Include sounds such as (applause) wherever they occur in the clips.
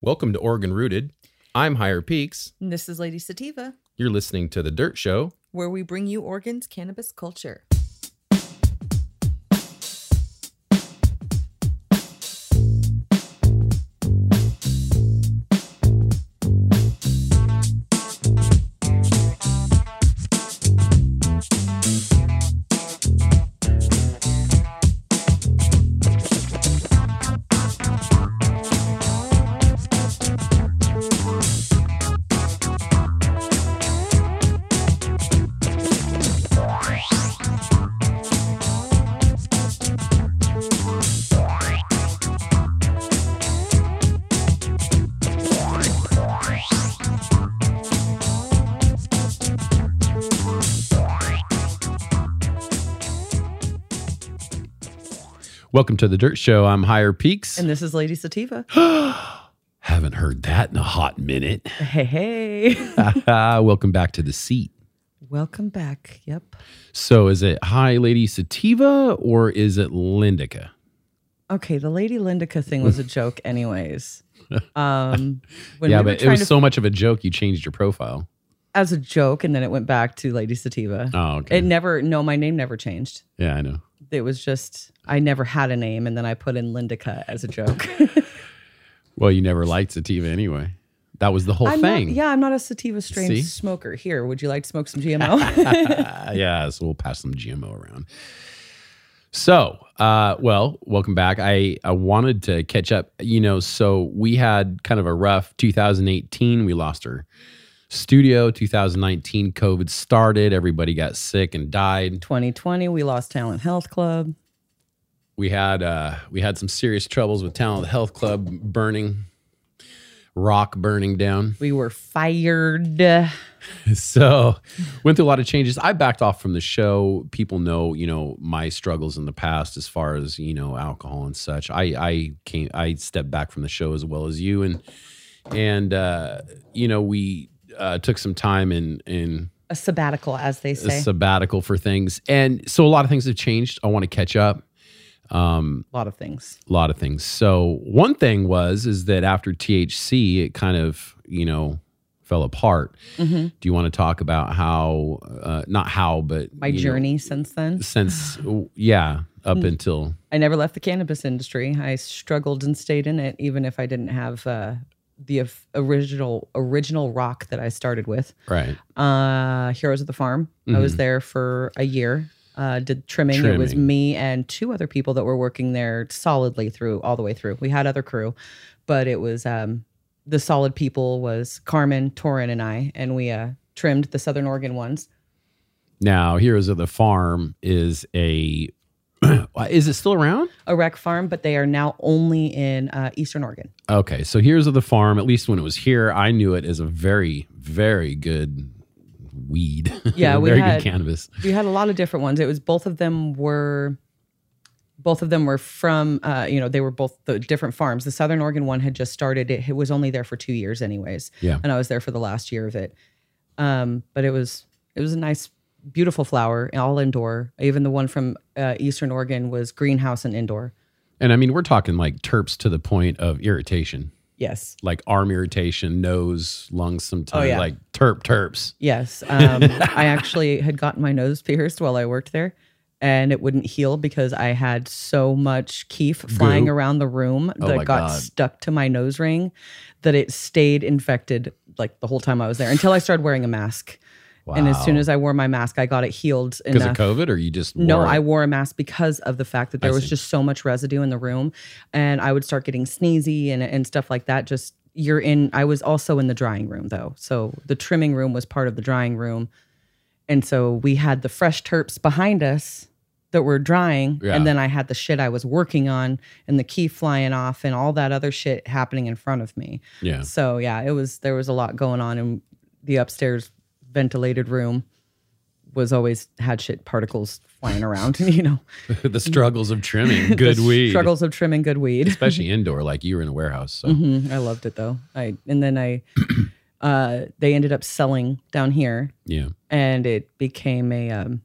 Welcome to Oregon Rooted. I'm Higher Peaks. And this is Lady Sativa, You're listening to The Dirt Show. where we bring you Oregon's cannabis culture. Welcome to The Dirt Show. I'm Higher Peaks. And this is Lady (gasps) Sativa. (gasps) Haven't heard that in a hot (laughs) minute. (laughs) Hey, hey. Welcome back to the seat. (laughs) Welcome back. Yep. So, is it Hi Lady Sativa or is it Lindica? Okay, the Lady Lindica thing was (laughs) a joke, anyways. Um, when yeah, we were but it trying was to, so much of a joke you changed your profile. as a joke, and then it went back to Lady Sativa. Oh, okay. It never, no, my name never changed. yeah, I know. It was just, I never had a name, and then I put in Lindica as (laughs) a joke. Well, you never liked Sativa anyway. That was the whole I'm thing. Not, yeah, I'm not a Sativa strain See? smoker. Here, would you like to smoke some GMO? (laughs) Uh, (laughs) yeah, so we'll pass some GMO around. So, uh, well, welcome back. I, I wanted to catch up. You know, so we had kind of a rough 2018. We lost our studio. 2019, COVID started. Everybody got sick and died. 2020, we lost Talent Health Club. We had uh, we had some serious troubles with Talent Health Club burning, rock burning down. We were fired. so (laughs) went through a lot of changes i backed off from the show people know you know my struggles in the past as far as you know alcohol and such i i came i stepped back from the show as well as you and and uh you know we uh took some time in in a sabbatical, as they a say. sabbatical for things and so a lot of things have changed i want to catch up a lot of things. a lot of things. So one thing was is that after THC, it kind of you know fell apart. Mm-hmm. Do you want to talk about how uh, not how but My you know, journey Mm-hmm. since then. since yeah up until I never left the cannabis industry. I struggled and stayed in it, even if I didn't have uh, the of- original original rock that I started with. right Uh, Heroes of the Farm. I was there for a year. Uh, did trimming. It was Trimming. me and two other people that were working there solidly through all the way through. We had other crew, but it was um, the solid people was Carmen, Torin, and I, and we uh, trimmed the Southern Oregon ones. now Heroes of the Farm is a (clears throat) is it still around? a rec farm, but they are now only in uh, Eastern Oregon. Okay, so Heroes of the Farm, at least when it was here, I knew it as a very very good weed. (laughs) Yeah, we very had- good cannabis. We had a lot of different ones. It was both of them were, both of them were from, uh, you know, they were both the different farms. The Southern Oregon one had just started. It, it was only there for two years, anyways. Yeah. and I was there for the last year of it. Um, but it was it was a nice, beautiful flower, all indoor. Even the one from uh, Eastern Oregon was greenhouse and indoor. And I mean, we're talking like terps to the point of irritation. Yes. like arm irritation, nose, lungs sometimes, Oh, yeah. like terp terps. (laughs) Yes. Um, I actually had gotten my nose pierced while I worked there and it wouldn't heal because I had so much keef flying Goo. Oh around the room that my got God. stuck to my nose ring that it stayed infected like the whole time I was there until I started wearing a mask. And as soon Wow. as I wore my mask, I got it healed Because of enough. COVID, or you just No, wore it? I wore a mask because of the fact that there was see. just so much residue in the room and I would start getting sneezy and, and stuff like that. Just you're in, I was also in the drying room though. So the trimming room was part of the drying room. And so we had the fresh terps behind us that were drying. Yeah. And then I had the shit I was working on and the key flying off and all that other shit happening in front of me. (laughs) yeah. So yeah, it was there was a lot going on in the upstairs ventilated room was always had shit particles flying around, (laughs) you know. (laughs) the struggles of (laughs) trimming (laughs) good The weed, Struggles of trimming good (laughs) weed. especially indoor. Like you were in a warehouse, so Mhm, I loved it though. I and then I uh they ended up selling down here yeah. (laughs) and it became a um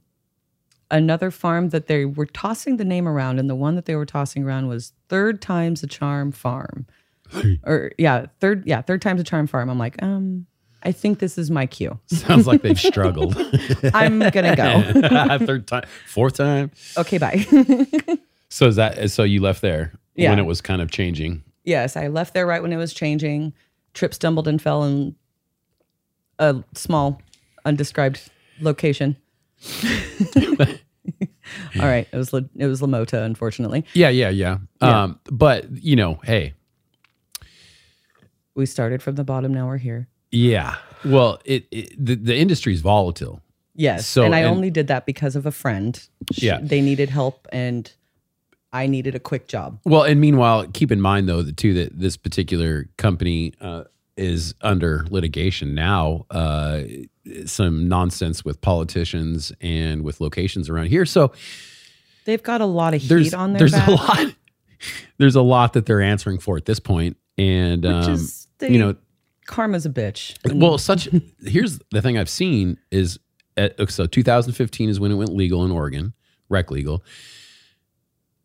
another farm that they were tossing the name around and the one that they were tossing around was Third Times a Charm Farm. or yeah, third yeah, third time's a charm farm. I'm like, um, I think this is my cue. Sounds like they've (laughs) struggled. I'm gonna (laughs) go. Third time, fourth time. Okay, bye. (laughs) So is that so? You left there Yeah. when it was kind of changing. yes, I left there right when it was changing. Trip stumbled and fell in a small, undescribed location. (laughs) All right, it was La- it was Lamota, unfortunately. Yeah, yeah, yeah. Um, but you know, hey, We started from the bottom. Now we're here. yeah. Well, it, it the the industry is volatile. Yes. So- and I and- only did that because of a friend. She- Yeah. They needed help and I needed a quick job. Well, and meanwhile, keep in mind though, the too that this particular company uh, is under litigation now. Uh, some nonsense with politicians and with locations around here. So They've got a lot of heat there's on their there's back, a lot (laughs) there's a lot that they're answering for at this point, and which um, is they, you know karma's a bitch. And Well, such here's the thing I've seen is at, so 2015 is when it went legal in Oregon, rec legal.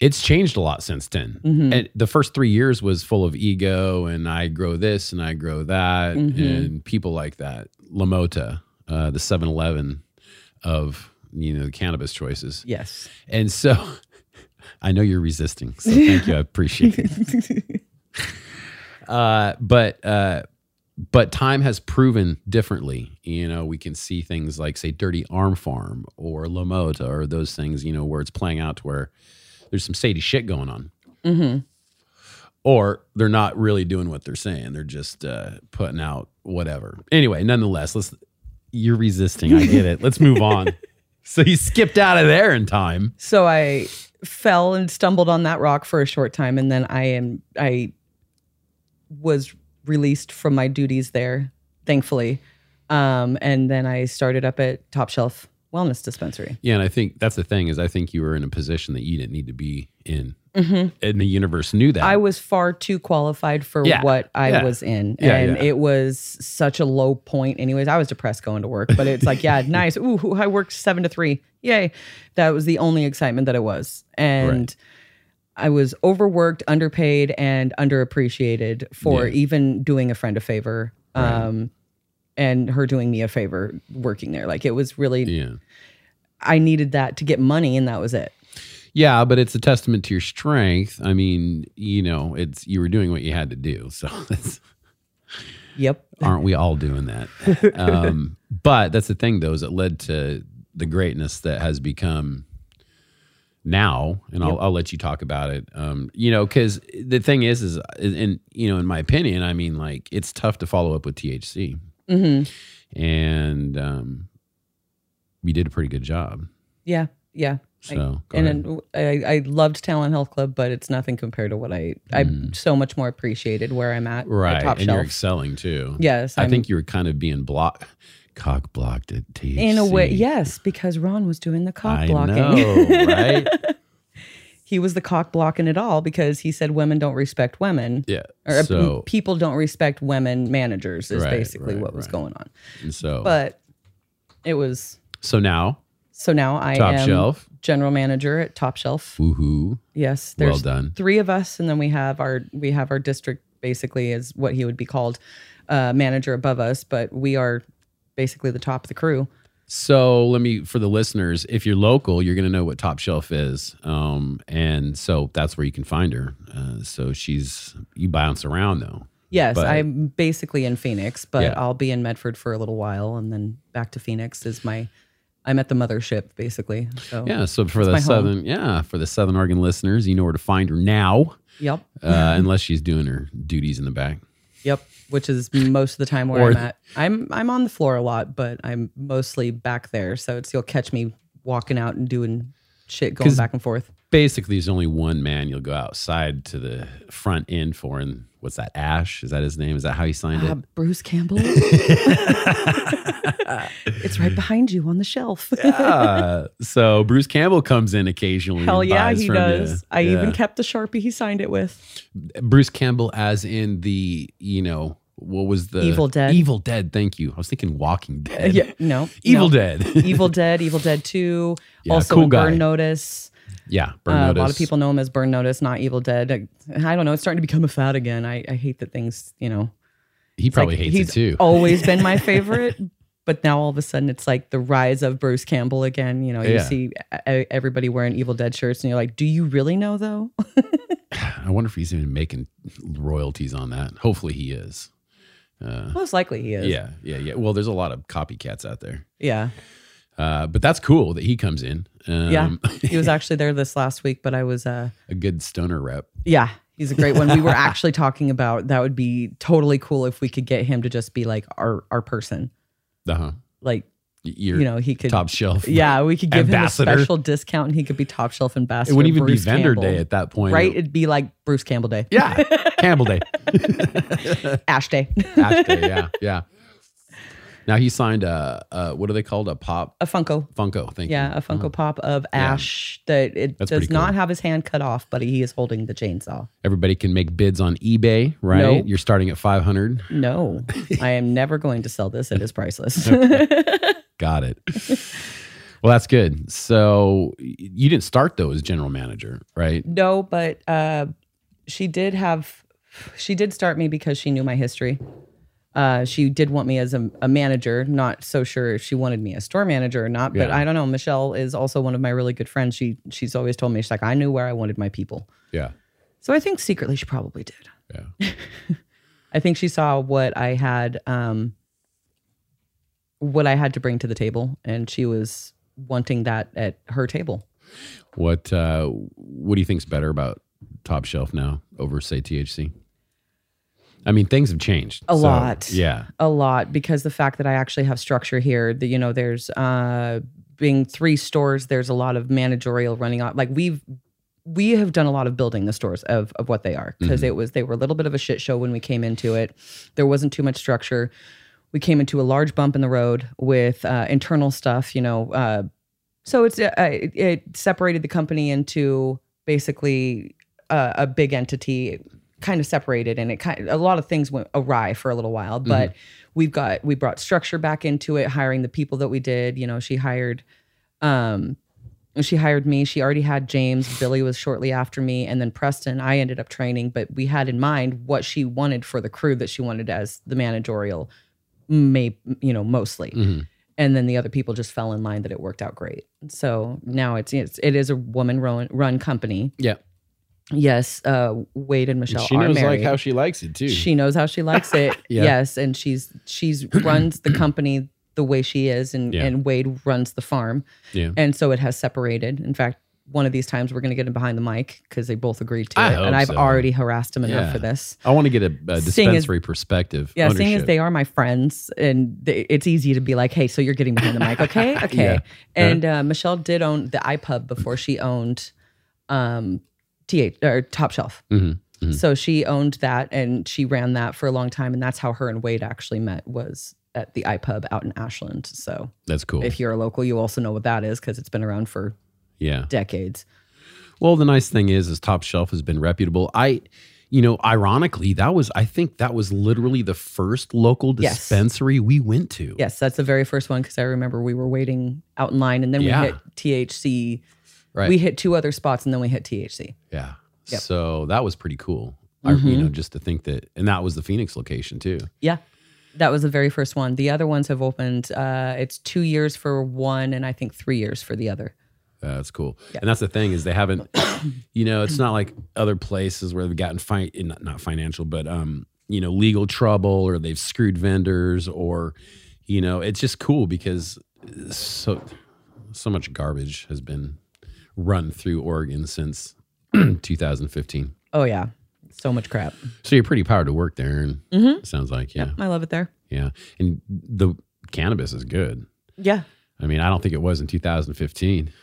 It's changed a lot since then. Mhm. And the first three years was full of ego and I grow this and I grow that Mhm. and people like that. Lamota, uh, the 7-Eleven of you know the cannabis choices, (laughs) yes. and so I know you're resisting. So thank you, I appreciate (laughs) it. Mm-hmm. Uh, but uh, but time has proven differently. You know, we can see things like say Dirty Arm Farm or Lamota or those things. You know, where it's playing out to where there's some shady shit going on, hmm or they're not really doing what they're saying. They're just uh, putting out whatever. Anyway, nonetheless, let's. You're resisting. I get it. Let's move on. So you skipped out of there in time. So I fell and stumbled on that rock for a short time and then I am I was released from my duties there, thankfully. Um, and then I started up at Top Shelf Wellness Dispensary. Yeah, and I think that's the thing is I think you were in a position that you didn't need to be in, Mm-hmm. and the universe knew that. I was far too qualified for Yeah, what I yeah. was in. Yeah, and yeah. it was such a low point. Anyways, I was depressed going to work, but it's (laughs) like, yeah, nice. Ooh, I worked seven to three. Yay. That was the only excitement that it was. And Right. I was overworked, underpaid, and underappreciated for Yeah. even doing a friend a favor. Right. Um, and her doing me a favor working there. Like it was really, yeah. I needed that to get money, and that was it. Yeah, but it's a testament to your strength. I mean, you know, it's you were doing what you had to do. So (laughs) that's, Yep. aren't we all doing that? (laughs) Um, but that's the thing, though, is it led to the greatness that has become now. And I'll, I'll let you talk about it. Um, you know, because the thing is, is and you know, in my opinion, I mean, like it's tough to follow up with THC, hmm and um, we did a pretty good job. Yeah. Yeah. So go and ahead. then I, I loved Talent Health Club, but it's nothing compared to what I I'm Mm. so much more appreciated where I'm at. at right, top and you're shelf. excelling too. yes, I I'm- think you were kind of being blocked, cock blocked at THC. in a way, yes, because Ron was doing the cock I blocking. (laughs) know, right? he was the cock blocking it all because he said women don't respect women, Yeah. or uh, m- so, people don't respect women managers is Right, basically right, what was right. Oh. going on. and so, But it was so now, so now I top am shelf. general manager at Top Shelf. Woohoo. Yes, Well there's done. three of us and then we have our we have our district basically is what he would be called uh, manager above us but we are basically the top of the crew So, let me, for the listeners, if you're local, you're going to know what Top Shelf is. Um, and so that's where you can find her. Uh, so she's, you bounce around though. yes But- i'm basically in phoenix but Yeah. i'll be in medford for a little while and then back to phoenix is my i'm at the mothership basically so Yeah. So, for the my home. Southern, yeah, for the Southern Oregon listeners, you know where to find her now, yep (laughs) uh, unless she's doing her duties in the back. yep which is most of the time where Or- i'm at i'm i'm on the floor a lot but i'm mostly back there so it's you'll catch me walking out and doing shit going 'Cause- back and forth basically there's only one man you'll go outside to the front end for and what's that ash is that his name is that how he signed Uh, it Bruce (laughs) Campbell. it's right behind you on the shelf. yeah. so bruce campbell comes in occasionally and Hell yeah, buys he from does. you. I even Yeah. kept the sharpie he signed it with. bruce campbell as in the you know what was the Evil Dead. evil dead thank you i was thinking walking dead (laughs) Yeah, no, (laughs) evil no. dead (laughs) Evil Dead, Evil Dead Two. Yeah, also cool in guy. Burn Notice. Yeah. Burn Uh, a lot notice. of people know him as Burn Notice, not Evil Dead. I, I don't know. It's starting to become a fad again. I, I hate that things, you know, He probably like hates he's oh. it too. always (laughs) been my favorite. But now all of a sudden it's like the rise of Bruce Campbell again. You know, you Yeah. see e- everybody wearing Evil Dead shirts and you're like, do you really know though? (sighs) (laughs) I wonder if he's even making royalties on that. Hopefully he is. Uh, Most likely he is. yeah. Yeah. Yeah. Well, there's a lot of copycats out there. Yeah. Uh, but that's cool that he comes in. Um, (laughs) Yeah. He was actually there this last week, but I was, uh, a good stoner rep. yeah, he's a great one. (laughs) We were actually talking about that would be totally cool if we could get him to just be like our, our person. Uh huh. Like, Your you know, he could. top shelf. Yeah, we could give Ambassador. him a special discount and he could be top shelf ambassador. It wouldn't even Bruce be vendor Campbell. day at that point. right? It'd be like Bruce Campbell Day, Yeah. Campbell day. (laughs) Ash Day, Ash day. Yeah. Yeah. Now he signed a, a what are they called? A pop a Funko. Funko. Thank you. Yeah, a Funko Pop of Uh-huh. Yeah. Ash that it That's does pretty not have his hand cut off, but he is holding the chainsaw. Everybody can make bids on eBay, right? No. You're starting at 500. No, (laughs) I am never going to sell this. It is priceless. Got (laughs) it. well, that's good. So y- you didn't start though as general manager, right? no, but uh, she did have, she did start me because she knew my history. Uh, she did want me as a, a manager. Not so sure if she wanted me as store manager or not, but Yeah. I don't know. Michelle is also one of my really good friends. She she's always told me she's like I knew where I wanted my people. Yeah. So I think secretly she probably did. Yeah. (laughs) I think she saw what I had um what I had to bring to the table and she was wanting that at her table. What uh what do you think's better about top shelf now over say THC? I mean, things have changed. A lot. Yeah. A lot because the fact that I actually have structure here, that you know there's uh being three stores, there's a lot of managerial running on like we've we have done a lot of building the stores of of what they are because it was they were a little bit of a shit show when we came into it. There wasn't too much structure. We came into a large bump in the road with uh, internal stuff, you know. Uh, so it's uh, it, it separated the company into basically uh, a big entity, kind of separated, and it kind a lot of things went awry for a little while. But we've got we brought structure back into it, hiring the people that we did. You know, she hired. Um, she hired me. She already had James. Billy was shortly after me, and then Preston. I ended up training, but we had in mind what she wanted for the crew that she wanted as the managerial, may you know mostly, Mhm. and then the other people just fell in line that it worked out great. So now it's it's it is a woman run run company. Yeah. Yes, uh, Wade and Michelle She are knows like married. how she likes it too. she knows how she likes it. (laughs) Yeah. Yes, and she's she's runs the company the way she is, and Yeah. and Wade runs the farm. yeah. And so it has separated. In fact, one of these times we're going to get him behind the mic because they both agreed to I it. hope And I've so. already harassed him enough Yeah. for this. I want to get a, a Seeing as- dispensary perspective. Yeah, seeing as ownership. they are my friends, and they, it's easy to be like, "Hey, so you're getting behind the (laughs) mic, okay? Okay." Yeah. And uh, Michelle did own the iPub before she owned um, TH or Top Shelf, Mhm, mhm. so she owned that and she ran that for a long time, and that's how her and Wade actually met was at the iPub out in Ashland. So That's cool. if you're a local, you also know what that is because it's been around for yeah. decades. Well, the nice thing is, is Top Shelf has been reputable. I, you know, ironically, that was I think that was literally the first local Yes. dispensary we went to. Yes, that's the very first one because I remember we were waiting out in line, and then Yeah. we hit THC. Right. We hit two other spots, and then we hit THC. Yeah. Yep. Mm-hmm. So that was pretty cool. I, you know, just to think that, and that was the Phoenix location too. Yeah. That was the very first one. The other ones have opened. Uh, it's two years for one, and I think three years for the other. Uh, that's cool. And that's the thing is they (coughs) haven't, you know, it's not like other places where they've gotten fight, not, not financial, but, um, you know, legal trouble or they've screwed vendors or, you know, it's just cool because so, so much garbage has been run through Oregon since (clears throat) 2015. Oh yeah, so much crap. So you're pretty powered to work there. And Mhm. it sounds like, yeah, I love it there. yeah. And the cannabis is good. Yeah. I mean, I don't think it was in 2015. (laughs)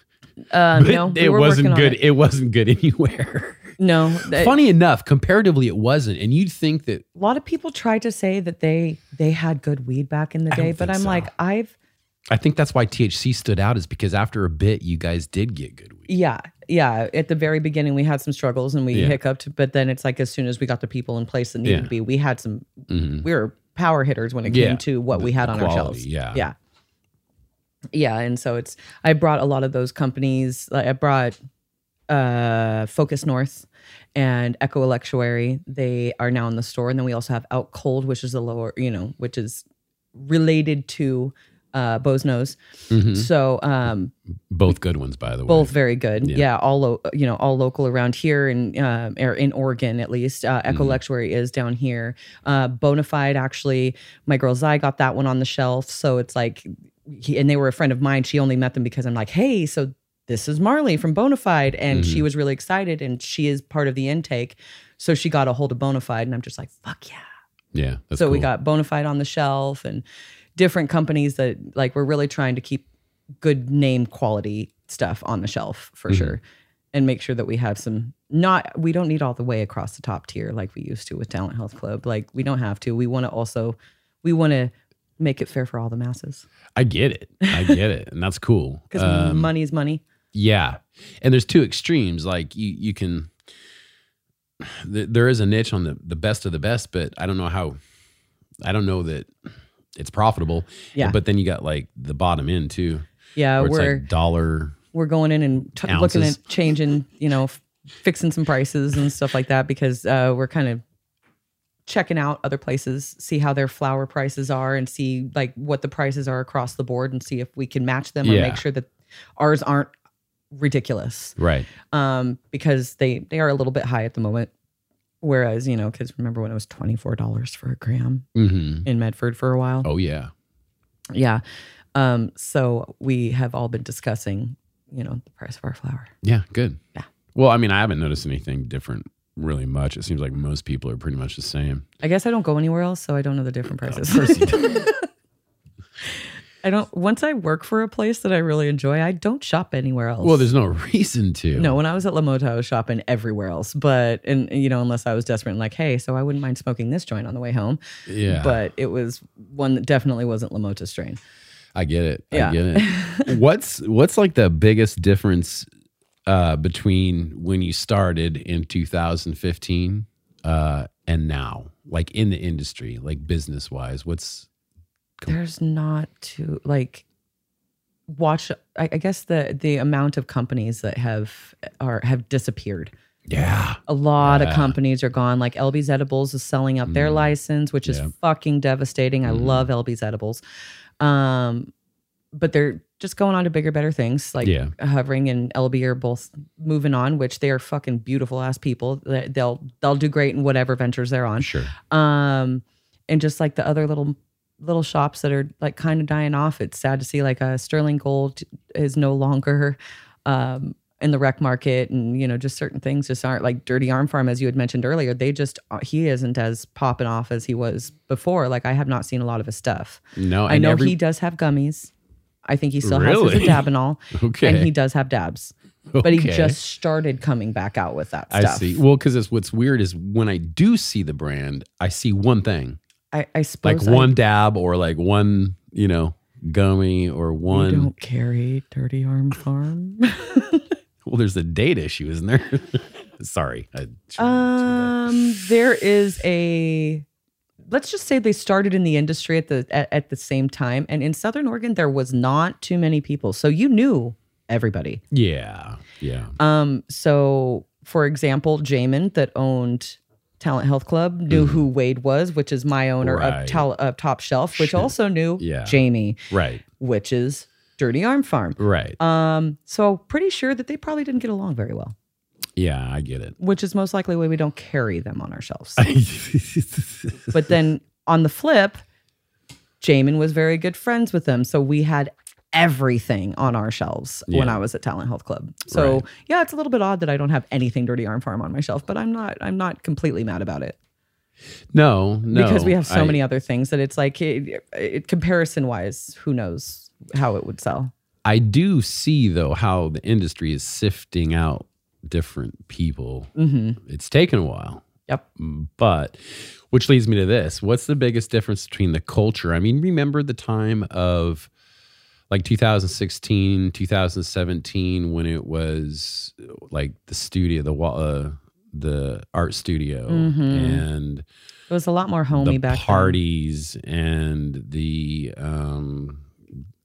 Um, no, we it were wasn't working good. On it. it wasn't good (laughs) anywhere. No, that- Funny enough, comparatively, it wasn't. And you'd think that a lot of people try to say that they they had good weed back in the I don't day, but think I'm so. like, I've I think that's why THC stood out is because after a bit, you guys did get good weed. Yeah, yeah. At the very beginning, we had some struggles and we Yeah. hiccuped, but then it's like as soon as we got the people in place that needed Yeah. to be, we had some. Mhm. We were power hitters when it Yeah. came to what we had the on quality, our shelves. yeah. yeah, yeah. And so it's I brought a lot of those companies. Like I brought uh, Focus North and Echo Electuary. They are now in the store. And then we also have Out Cold, which is the lower, you know, which is related to uh, Bo's Nose. Mhm. So um, Both good ones, by the way. both very good. Yeah. Yeah, all lo- you know, all local around here and um, or in Oregon at least. Uh, Echo Mhm. Lectuary is down here. Uh, Bonafide actually, my girl Zai got that one on the shelf, so it's like, he, and they were a friend of mine. She only met them because I'm like, hey, so this is Marley from Bonafide, and Mm-hmm. she was really excited, and she is part of the intake, so she got a hold of Bonafide, and I'm just like, fuck yeah Yeah. That's so we cool. got Bonafide on the shelf and different companies that like we're really trying to keep good name quality stuff on the shelf for Mhm. sure and make sure that we have some not we don't need all the way across the top tier like we used to with Talent Health Club like we don't have to we want to also we want to make it fair for all the masses I get it. I get it. And that's (laughs) cool. cuz Um, money is money Yeah. And there's two extremes. Like you, you can, th- there is a niche on the, the best of the best, but I don't know how, I don't know that it's profitable. Yeah. But then you got like the bottom end too, yeah where it's we're like dollar. we're going in and t- looking Ounces. at changing, you know, f- fixing some prices and stuff like that because uh, we're kind of checking out other places, see how their flour prices are and see like what the prices are across the board and see if we can match them or Yeah. make sure that ours aren't ridiculous Right. um, because they they are a little bit high at the moment. Whereas, you know, because remember when it was $24 for a gram Mm-hmm. in Medford for a while? Oh yeah. Yeah. Um, so we have all been discussing, you know, the price of our flour. Yeah. Good. Yeah. Well, I mean, I haven't noticed anything different really much. It seems like most people are pretty much the same. I guess I don't go anywhere else, so I don't know the different prices. (laughs) (laughs) I don't. Once I work for a place that I really enjoy, I don't shop anywhere else. Well, there's no reason to. no. When I was at Lamota, I was shopping everywhere else, but and you know, unless I was desperate and like, hey, so I wouldn't mind smoking this joint on the way home. Yeah. But it was one that definitely wasn't Lamota strain. I get it. I Yeah. get it. (laughs) what's what's like the biggest difference uh, between when you started in 2015 uh, and now, like in the industry, like business wise? What's There's not to like watch. I, I guess the the amount of companies that have are have disappeared. yeah, A lot Yeah. of companies are gone. Like LB's Edibles is selling up their Ah. Mm. license, which is Yeah. fucking devastating. I Mhm. love LB's Edibles. Um, but they're just going on to bigger, better things. Like Yeah. Hovering and LB are both moving on, which they are fucking beautiful ass people. They- They'll they'll do great in whatever ventures they're on. sure. Um, and just like the other little little shops that are like kind of dying off. It's sad to see like uh, Sterling Gold is no longer um, in the rec market, and you know just certain things just aren't like Dirty Arm Farm as you had mentioned earlier. They just uh, he isn't as popping off as he was before. Like I have not seen a lot of his stuff. No, I and know every- he does have gummies. I think he still has Really? his dabinol, (laughs) okay, and he does have dabs. But he okay. just started coming back out with that I stuff. see. Well, because it's what's weird is when I do see the brand, I see one thing, I, I like suppose I- one dab or like one, you know, gummy or You one. don't carry Dirty Arm Farm. (laughs) Well, there's a date issue, isn't there? (laughs) Sorry. I shouldn't- shouldn't- um, there is a. Let's just say they started in the industry at the at, at the same time, and in Southern Oregon there was not too many people, so you knew everybody. yeah, yeah. Um, so for example, Jamin that owned Talent Health Club knew who Wade was, which is my owner Mm-hmm. Right. of, tal- of Top Shelf, which Sure. also knew Yeah. Jamie, Right, which is Dirty Arm Farm. right. Um, so pretty sure that they probably didn't get along very well. yeah, I get it. (laughs) which is most likely why we don't carry them on our shelves. but then on the flip, Jamin was very good friends with them. So we had everything on our shelves when Yeah. I was at Talent Health Club. So Right. yeah, it's a little bit odd that I don't have anything Dirty Arm Farm on my shelf, but I'm not I'm not completely mad about it. no, no, because we have so I- many other things that it's like it, it, comparison wise, who knows how it would sell. I do see though how the industry is sifting out different people. Mhm. It's taken a while, Mm, Yep. but which leads me to this: What's the biggest difference between the culture? I mean, remember the time of like 2016, 2017 when it was like the studio, the wall, uh, the art studio, Mhm. and It was a lot more homey the back then. parties and the um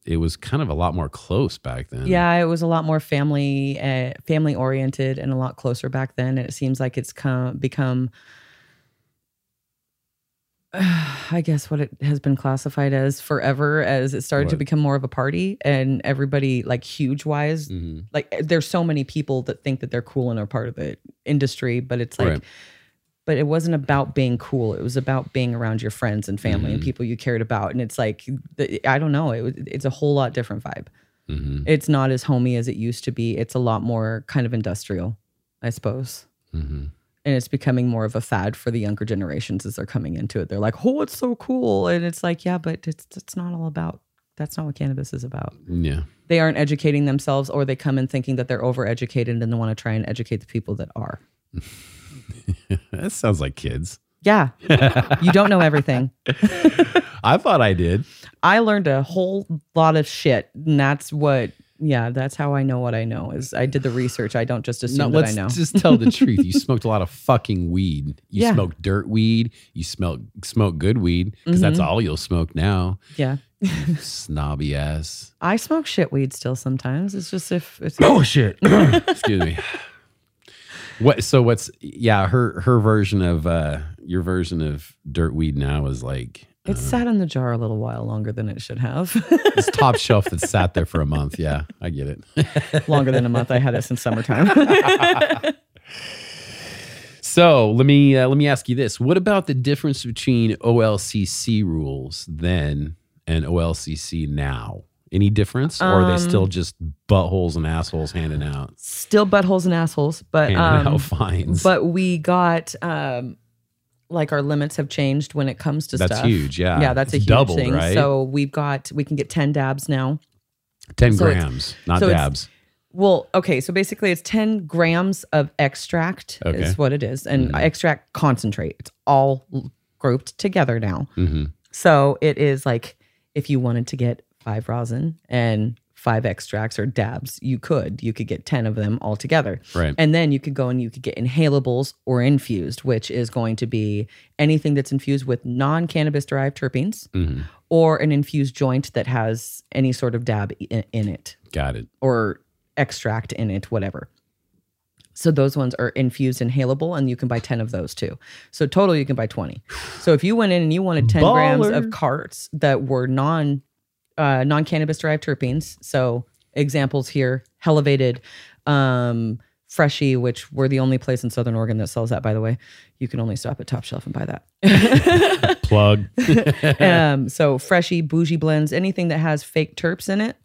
it was kind of a lot more close back then. Yeah, it was a lot more family uh, family oriented and a lot closer back then. And it seems like it's come become, (sighs) I guess, what it has been classified as forever as it started to Right. become more of a party and everybody like huge wise. hmm Like eh, there's so many people that think that they're cool and are part of the industry, but it's like. Right. But it wasn't about being cool. It was about being around your friends and family and Mhm. people you cared about. And it's like, the- I don't know. It, was- it's a whole lot different vibe hmm it's not as homey as it used to be. It's a lot more kind of industrial, I suppose. hmm And it's becoming more of a fad for the younger generations as they're coming into it. They're like, "Oh, it's so cool," and it's like, "Yeah, but it's it's not all about. That's not what cannabis is about." Yeah. (laughs) They aren't educating themselves, or they come in thinking that they're overeducated and want to try and educate the people that are. that sounds like kids. Yeah, you don't know everything. (laughs) I thought I did. I learned a whole lot of shit, and that's what. Yeah, that's how I know what I know. Is I did the research. I don't just assume that I let's know. just tell (laughs) the truth. You smoked a lot of fucking weed. You Yeah. smoked dirt weed. You smell smoke good weed because that's Mm-hmm. all you'll smoke now. yeah. Snobby ass. I smoke shit weed still sometimes. It's just if (coughs) it's shit. Excuse me. What? So what's? Yeah, her her version of uh your version of dirt weed now is like it sat in the jar a little while longer than it should have. (laughs) (laughs) it's top shelf that sat there for a month. Yeah, I get it. longer than a month. I had it since summertime. (laughs) So let me uh, let me ask you this: What about the difference between OLCC rules then and OLCC now? Any difference, or Um, are they still just buttholes and assholes handing out still buttholes and assholes, but handing um, out fines? but we got um, like our limits have changed when it comes to That's stuff. huge, yeah. yeah, that's a It's huge doubled, thing. right? So we've got we can get ten dabs now. Ten so it's- grams, not so it's- dabs. Well, okay, so basically it's 10 grams of extract Okay. Mm-hmm. is what it is. And extract concentrate. It's all l- grouped together now. Mhm. So it is like if you wanted to get five rosin and five extracts or dabs, you could. You could get 10 of them all together. Right. And then you could go and you could get inhalables or infused, which is going to be anything that's infused with non cannabis derived terpenes Mhm. or an infused joint that has any sort of dab i- in it Got it. or extract in it, whatever. So those ones are infused inhalable, and you can buy 10 of those too. So total, you can buy 20. So if you went in and you wanted 10 grams Baller. of carts that were non uh, non cannabis derived terpenes. So examples here, Elevated, um, Freshy, which we're the only place in Southern Oregon that sells that, by the way. You can only stop at Top Shelf and buy that. (laughs) Plug. um, so freshy bougie blends, anything that has fake terps in it,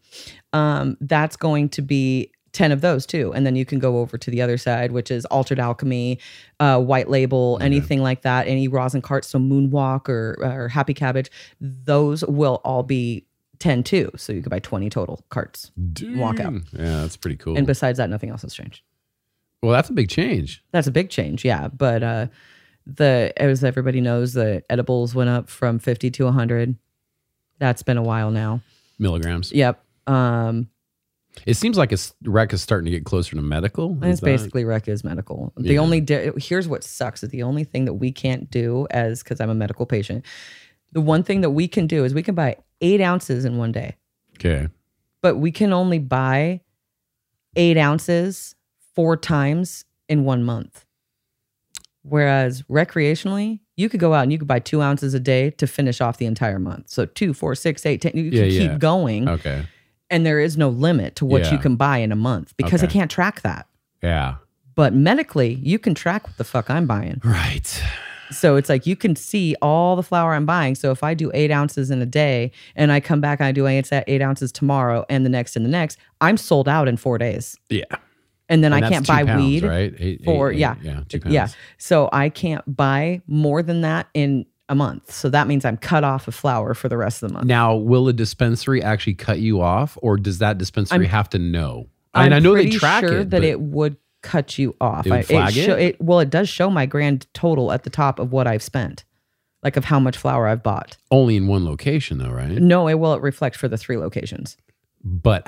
um, that's going to be 10 of those too. And then you can go over to the other side, which is altered alchemy, uh, white label, anything like that, any rosin carts, so moonwalk or, or happy cabbage, those will all be 10 too. So you could buy 20 total carts. (laughs) (laughs) Walk out. Dang. Yeah, that's pretty cool. And besides that, nothing else has changed. well, that's a big change. That's a big change, yeah. But uh, the as everybody knows, the edibles went up from 50 to 100. That's been a while now. Milligrams. Yep. Um, It seems like a s- rec is starting to get closer to medical. and Is it's that- basically rec is medical. The Yeah. only di- here's what sucks is the only thing that we can't do as because I'm a medical patient. The one thing that we can do is we can buy eight ounces in one day, okay. but we can only buy eight ounces four times in one month. Whereas recreationally, you could go out and you could buy two ounces a day to finish off the entire month. So two, four, six, eight, ten. You Yeah, can keep yeah. going, Okay. and there is no limit to what Yeah. you can buy in a month because Okay. I can't track that. Yeah. but medically you can track what the fuck i'm buying Right. so it's like you can see all the flour i'm buying so if i do eight ounces in a day and i come back and i do eight, eight ounces tomorrow and the next and the next i'm sold out in four days Yeah. and then And i that's can't two buy pounds, weed right? Eight- for- eight- eight- yeah. yeah, two pounds. yeah so i can't buy more than that in a month so that means i'm cut off of flour for the rest of the month Now, will a dispensary actually cut you off, or does that dispensary have to know? I mean, I'm I know they pretty track sure it, that but it would cut you off. It would I- flag sho- it? Well, it does show my grand total at the top of what I've spent, like of how much flour I've bought. only in one location, though, right? No, it will reflect for the three locations. But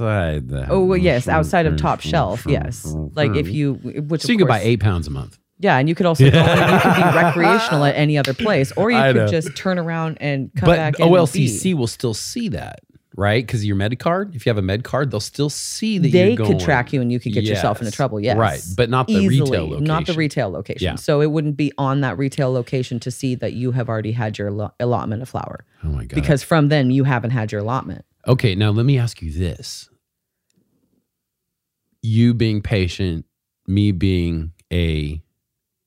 outside the Oh well, yes, outside of top shelf, yes. Like if you, which so you could of course- buy eight pounds a month. yeah, and you (laughs) could also go, and you could be recreational at any other place, or you I could know. just turn around and come but back. and be- OLCC will still see that, right? Because your med card, if you have a med card, they'll still see that they you're going. could track you and you could get yourself into Yes. trouble. Yes. Right. But not the Easily, retail location. not the retail location. Yeah. So it wouldn't be on that retail location to see that you have already had your allo- allotment of flour Oh my God. because from then you haven't had your allotment. Okay, now let me ask you this. You being patient, me being a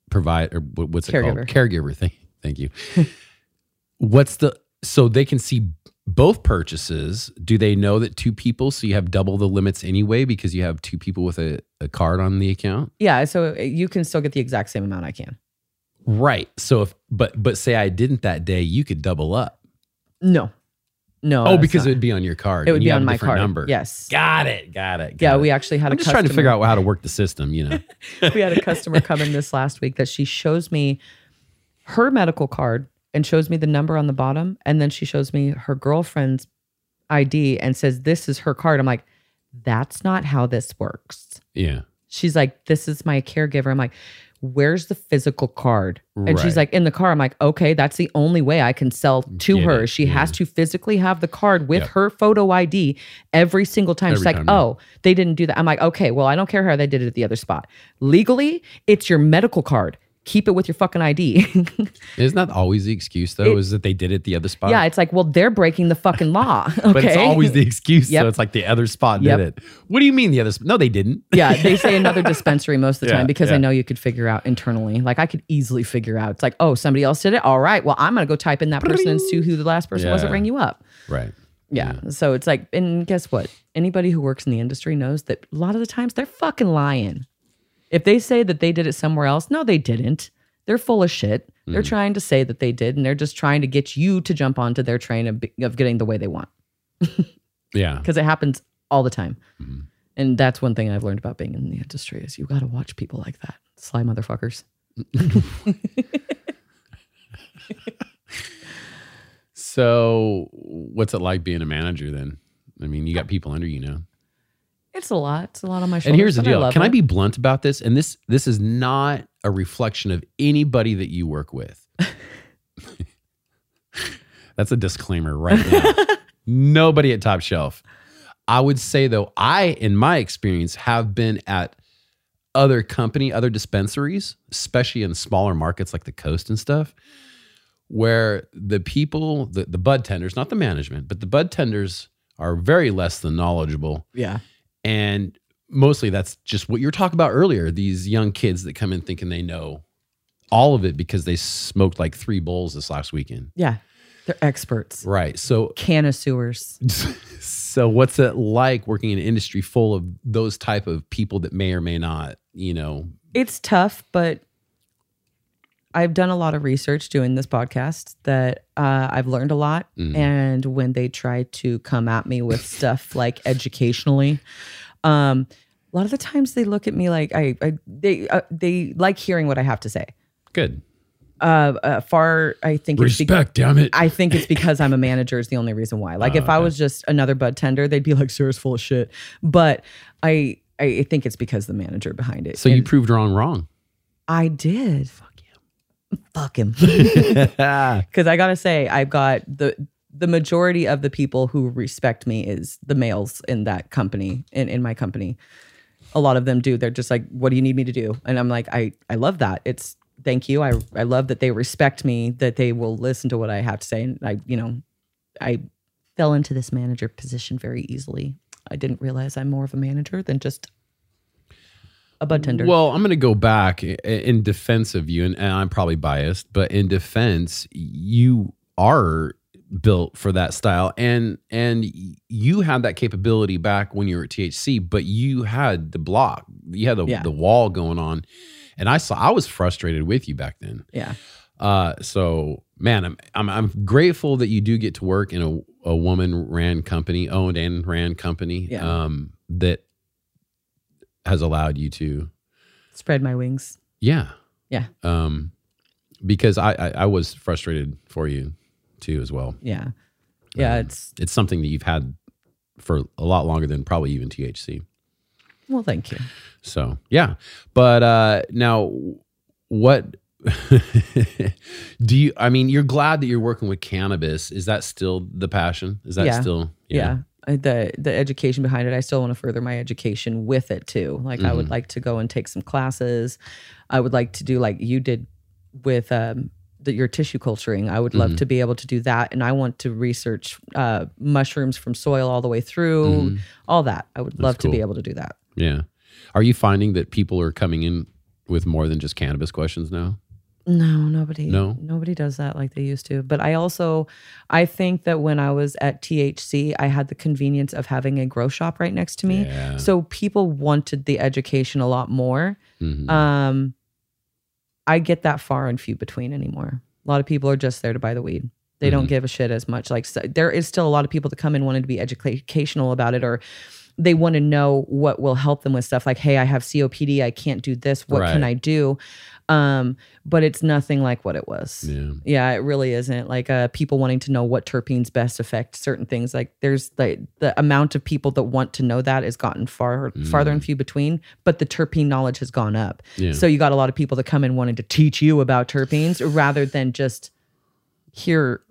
provider, wh- what's it Caregiver. called? Caregiver. (laughs) Thank, thank you. what's the, so they can see both purchases. Do they know that two people, so you have double the limits anyway because you have two people with a, a card on the account? Yeah. So uh, you can still get the exact same amount I can. Right. So if, but, but say I didn't that day, you could double up. No. No. oh, that's because not- it would be on your card. it and would you be have on a my different card. Number. Yes. Got it. Got it. yeah. got it. We actually had I'm a just customer. trying to figure out how to work the system, (laughs) you know. we had a customer (laughs) come in this last week that she shows me her medical card and shows me the number on the bottom and then she shows me her girlfriend's ID and says this is her card. I'm like, that's not how this works. yeah. She's like, this is my caregiver. I'm like, where's the physical card? And Right. she's like, in the car. I'm like, okay, that's the only way I can sell to Get her. it, She yeah. has to physically have the card with Yep. her photo ID every single time. she's Every time, like, yeah. oh, they didn't do that. I'm like, okay, well, I don't care how they did it at the other spot. Legally, it's your medical card. Keep it with your fucking (laughs) ID. Isn't that always the excuse though? It- Is that they did it the other spot? yeah, it's like, well, they're breaking the fucking law. (laughs) Okay. But it's always the excuse. Yep. So it's like the other spot Yep. did it. What do you mean the other spot? No, they didn't. yeah, they say another dispensary most of the Yeah, time because I yeah. know you could figure out internally. Like I could easily figure out. It's like, oh, somebody else did it. All right. Well, I'm gonna go type in that person and see who the last person was that Yeah. Mm. rang you up. Right. Yeah. So it's like, and guess what? Anybody who works in the industry knows that a lot of the times they're fucking lying. If they say that they did it somewhere else, no, they didn't. They're full of shit. Mm. They're trying to say that they did, and they're just trying to get you to jump onto their train of, be- of getting the way they want Yeah. because it happens all the time. Mm-hmm. And that's one thing I've learned about being in the industry is you got to watch people like that, sly motherfuckers. So what's it like being a manager then? I mean, you got people under you now. It's a lot. It's a lot on my shoulders. And here's the but deal. love Can I it. be blunt about this? And this this is not a reflection of anybody that you work (laughs) with. That's a disclaimer right (laughs) now. Nobody at Top Shelf. I would say though, I in my experience have been at other company, other dispensaries, especially in smaller markets like the coast and stuff, where the people, the, the bud tenders, not the management, but the bud tenders are very less than knowledgeable Yeah. and mostly that's just what you were talking about earlier these young kids that come in thinking they know all of it because they smoked like three bowls this last weekend. Yeah. They're experts. Right. So Can of sewers. so what's it like working in an industry full of those type of people that may or may not, you know, It's tough, but I've done a lot of research doing this podcast that uh, I've learned a lot. Mhm. And when they try to come at me with stuff like educationally, um, a lot of the times they look at me like I, I they uh, they like hearing what I have to say. good. Uh, uh, far, I think it's be- damn it. I think it's because I'm a manager is the only reason why. Like if I was just another bud tender, they'd be like, "Sarah's full of shit." But I, I think it's because the manager behind it. so you And proved wrong wrong. (laughs) I did. Fuck him. Fuck him. Because I gotta say, I've got the the majority of the people who respect me is the males in that company in in my company. A lot of them do. They're just like, "What do you need me to do?" And I'm like, "I I love that. It's thank you. I I love that they respect me. That they will listen to what I have to say. And I you know, I fell into this manager position very easily. I didn't realize I'm more of a manager than just a bud tender. Well, I'm going to go back i- in defense of you, and, and I'm probably biased, but in defense, you are built for that style, and and you had that capability back when you were at THC, but you had the block, you had the, Yeah. the wall going on, and I saw I was frustrated with you back then. yeah. Uh, so man, I'm, I'm I'm grateful that you do get to work in a, a woman ran company, owned and ran company, Yeah. um, that has allowed you to Spread my wings. yeah. Yeah. Um, because I, I I was frustrated for you too as well. Yeah. Yeah, Um, it's It's something that youve had for a lot longer than probably even THC. well, thank you. So yeah, but uh, now what (laughs) do you i mean you're glad that you're working with cannabis is that still the passion is that Yeah. still yeah. I- the the education behind it i still want to further my education with it too like i would Mhm. like to go and take some classes i would like to do like you did with um the, your tissue culturing i would love Mhm. to be able to do that and i want to research uh, mushrooms from soil all the way through Mhm. all that i would love to be cool. able to do that yeah are you finding that people are coming in with more than just cannabis questions now No, nobody. No? nobody does that like they used to. But I also, I think that when I was at THC, I had the convenience of having a grow shop right next to me, yeah so people wanted the education a lot more. Mhm. Um, I get that far and few between anymore. A lot of people are just there to buy the weed. They don't Mhm. give a shit as much. Like so, there is still a lot of people that come in wanting to be educational about it, or they want to know what will help them with stuff. Like, hey, I have COPD. I can't do this. What can Right. I do? Um, but it's nothing like what it was. Yeah. yeah it really isn't. Like uh, people wanting to know what terpenes best affect certain things. Like there's like the amount of people that want to know that has gotten far farther and few between. But the terpene knowledge has gone up. Mm. yeah So you got a lot of people that come in wanting to teach you about terpenes rather than just hear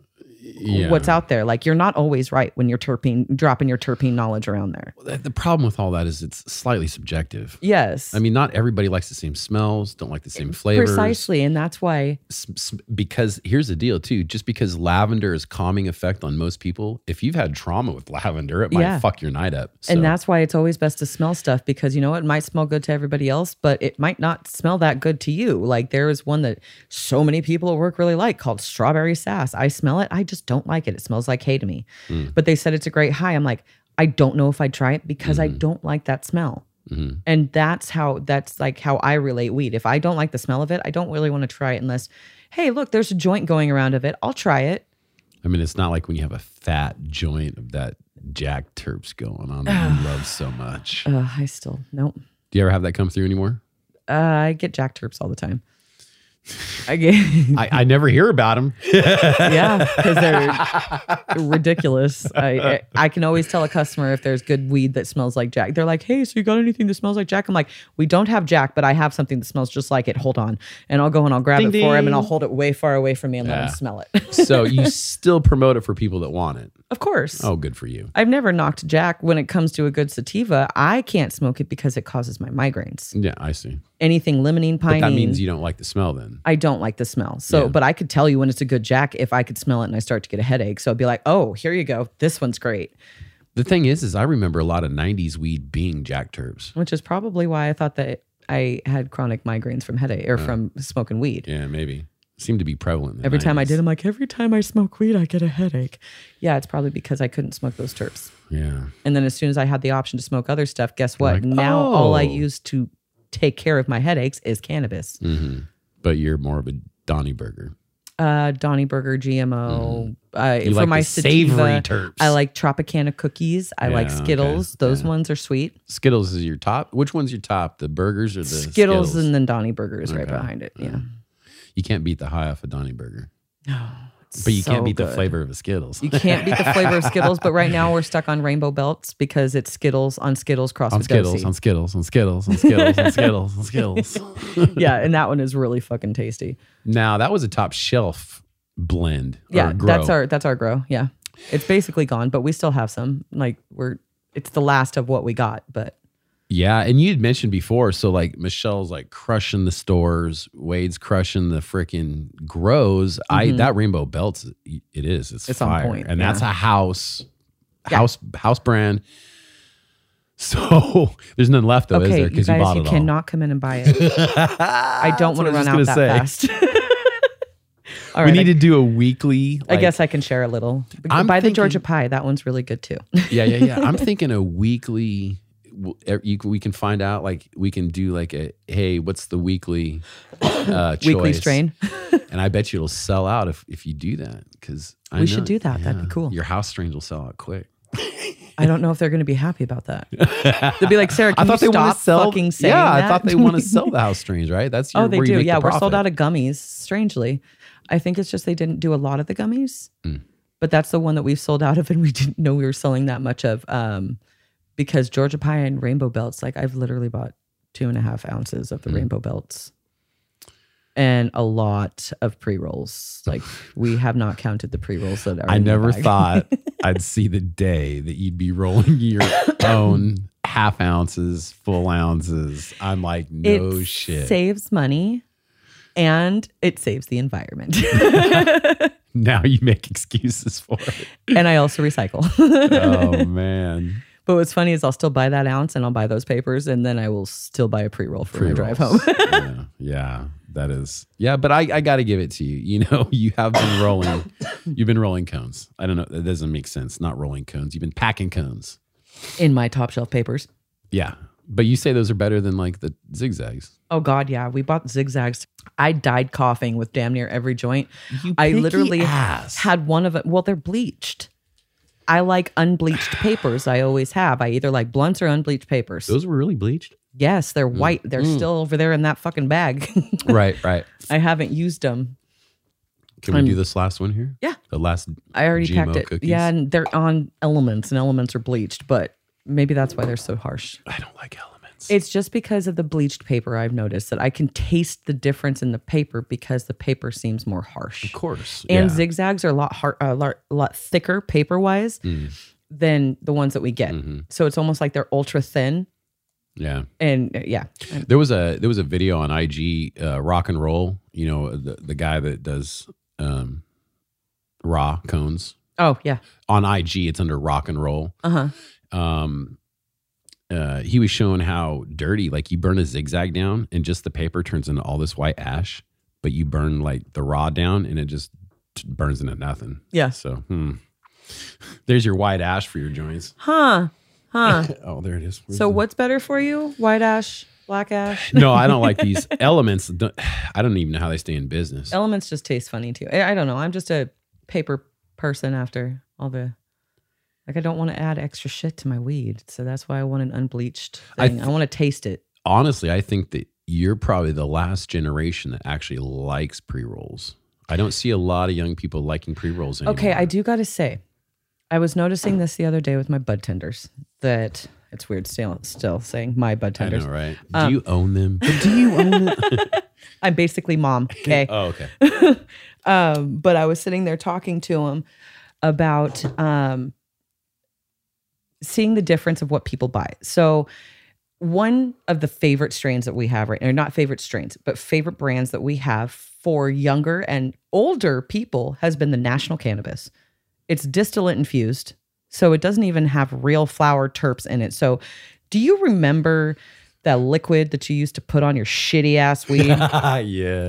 yeah. what's out there. Like you're not always right when you're terpene dropping your terpene knowledge around there. The- the problem with all that is it's slightly subjective Yes. I mean, not everybody likes the same smells, don't like the same flavors. precisely. And that's why S- s- Because here's the deal, too. Just because lavender is calming effect on most people, if you've had trauma with (laughs) lavender, it might Yeah. fuck your night up. So, and that's why it's always best to smell stuff because you know what? it might smell good to everybody else, but it might not smell that good to you. Like there is one that so many people at work really like called strawberry sass. I smell it, I just don't like it. It smells like hay to me. Mm. But they said it's a great high. I'm like, I don't know if I'd try it because I Mhm. don't like that smell. Mhm. and that's how that's like how i relate weed if i don't like the smell of it i don't really want to try it unless hey look there's a joint going around of it i'll try it I mean, it's not like when you have a fat joint of that Jack Terps going on that (sighs) you love so much. uh, i still nope Do you ever have that come through anymore? uh, i get jack terps all the time i get (laughs) I, I never hear about them. yeah because they're ridiculous I, I i can always tell a customer if there's good weed that smells like jack they're like hey so you got anything that smells like jack i'm like we don't have jack but i have something that smells just like it hold on and i'll go and i'll grab Ding, it for him ding. and i'll hold it way far away from me and let Yeah. him smell it (laughs) so you still promote it for people that want it. of course Oh, good for you. I've never knocked Jack when it comes to a good sativa. I can't smoke it because it causes my migraines. Yeah, I see. Anything limonene, But pinene. that means you don't like the smell then. I don't like the smell. So, Yeah. but I could tell you when it's a good Jack if I could smell it and I start to get a headache. So I'd be like, oh, here you go. This one's great, The thing is, is I remember a lot of 90s weed being Jack Terps. which is probably why I thought that I had chronic migraines from headache or from smoking weed. Yeah, maybe. Seemed to be prevalent. in the Every time I 90s. did, I'm like, every time I smoke weed, I get a headache. Yeah, it's probably because I couldn't smoke those terps. Yeah. And then as soon as I had the option to smoke other stuff, guess what? Like, now all I oh. use to take care of my headaches is cannabis. hmm But you're more of a Donny burger. uh Donny Burger GMO. Uh, Mm-hmm. You for like my the sativa, savory terps. I like Tropicana cookies. I like Yeah, okay. Skittles. Those Yeah. ones are sweet. Skittles is your top. Which one's your top? The burgers or the Skittles, Skittles? and then Donny Burger is right Okay. behind it. Yeah. you can't beat the high off a Donny burger, No. but you can't beat the flavor of a Skittles. You can't beat the flavor of Skittles, but right now we're stuck on rainbow belts because it's Skittles on Skittles crossed (laughs) on with Skittles, Dosey. on Skittles, on Skittles, on Skittles, on Skittles, on Skittles. (laughs) yeah, and that one is really fucking tasty. now that was a top shelf blend. or Yeah, grow. that's our that's our grow. Yeah, it's basically gone, but we still have some. Like we're it's the last of what we got, but Yeah, and you had mentioned before, so like Michelle's like crushing the stores, Wade's crushing the freaking grows. I Mhm. that rainbow belts, it is, it's, It's on fire, point, and that's a house, Yeah. house, house brand. (laughs) So there's none left though, Oh, is okay, there? you Because you, guys, bought you it (laughs) cannot come in and buy it. all. I I don't want to was run just out gonna that say. fast. (laughs) All we right. need to I, do a weekly. (laughs) I like- guess I can share a little. I'm Buy the thinking- Georgia pie. That one's really good too. (laughs) yeah, yeah, yeah. I'm thinking a weekly. w- e- you can- We can find out, like, we can do like a hey, what's the weekly uh, Weekly choice? strain. And I bet you it'll sell out if, if you do that because We should do that. That'd be cool. Your house strains will sell out quick. I don't know if they're going to be happy (laughs) about that. They'll be like, Sarah, can you wanna stop fucking saying Yeah, that?" I thought they want (laughs) to sell the house strains, right? That's your, oh, they where you do. make Yeah, the we're sold profit. out of gummies. Strangely, I think it's just they didn't do a lot of the gummies, Mm. but that's the one that we've sold out of, and we didn't know we were selling that much of. Um, because Georgia pie and rainbow belts, like I've literally bought two and a half ounces of the Mm. rainbow belts, and a lot of pre rolls. (laughs) Like we have not counted the pre rolls that are. I in my never bag. (laughs) thought I'd see the day that you'd be rolling (laughs) your own half ounces, full ounces. I'm like, no it shit. saves money, and it saves the environment. (laughs) now you make excuses for (laughs) it. and I also recycle. Oh man. but what's funny is I'll still buy that ounce and I'll buy those papers, and then I will still buy a pre roll for my drive home. (laughs) Pre-rolls. yeah, yeah, that is. Yeah, but I, I got to give it to you. You know, (laughs) you have been rolling. you've been rolling cones. I don't know. That doesn't make sense. Not rolling cones. You've been packing cones. in my top shelf papers. Yeah, but you say those are better than like the zigzags. Oh God, yeah, we bought zigzags. I died coughing with damn near every joint. I picky literally ass. had one of it. Well, they're bleached. I like (sighs) unbleached papers. I always have. I either like blunts or unbleached papers. Those were really bleached. yes, Mm. they're white. They're still over there in that fucking bag. (laughs) right, right. I haven't used them. Can we do this last one here? Yeah. The last. I already GMO packed it. cookies? Yeah, and they're on elements, and elements are bleached, but maybe that's why they're so harsh. I don't like elements. It's just because of the bleached paper I've noticed that I can taste the difference in the paper because the paper seems more harsh. of course. and yeah. zigzags are a lot hard, a lot, lot thicker paper wise Mm. than the ones that we get. Mhm. So it's almost like they're ultra thin. yeah. And uh, yeah, There was a there was a video on IG uh, rock and roll. You know the the guy that does um, raw cones oh yeah, on IG. It's under rock and roll. uh huh, Um, uh, he was showing how dirty like you burn a zigzag down and just the paper turns into all this white ash, but you burn like the raw down and it just t- burns into nothing. yeah, So hmm. there's your white ash for your joints. huh, (laughs) huh. Oh, there it is. Where's so the- what's better for you, white ash, black (laughs) ash? No, I don't like these elements. Don't- (sighs) I don't even know how they stay in business. Elements just taste funny too. I I don't know. I'm just a paper person after all the. Like I don't want to add extra shit to my weed, so that's why I want an unbleached I thing. I, want to taste it. honestly, I think that you're probably the last generation that actually likes pre rolls. I don't see a lot of young people liking pre rolls anymore. Okay, I do got to say, I was noticing this the other day with my bud tenders that it's weird still, still saying my bud I tenders. know, right? Um, do you own them? (laughs) But do you own them? I'm basically mom. Okay. (laughs) oh, okay. um, but I was sitting there talking to him about um, seeing the difference of what people buy. So, one of the favorite strains that we have right now, or not favorite strains, but favorite brands that we have for younger and older people has been the national cannabis. It's distillate infused, so it doesn't even have real flower terps in it. So, do you remember that liquid that you used to put on your shitty ass weed? (laughs) (laughs) yeah.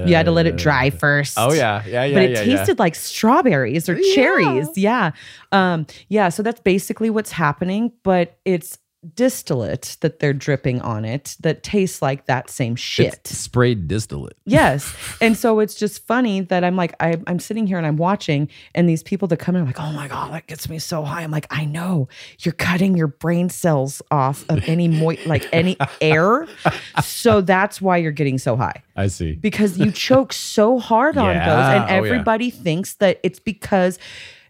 You had to let it dry first Oh yeah, yeah, yeah. but it yeah, yeah. tasted like strawberries or Yeah. cherries. Yeah. Um, yeah. So that's basically what's happening, but it's distillate that they're dripping on it that tastes like that same shit. It's sprayed distillate. yes. And so it's just funny that I'm like, I, I'm sitting here and I'm watching, and these people that come in are like, oh my God, that gets me so high. I'm like, I know you're cutting your brain cells off of any mo- like (laughs) any air. So that's why you're getting so high I see. because you choke so hard on Yeah. those and Oh, yeah. everybody thinks that it's because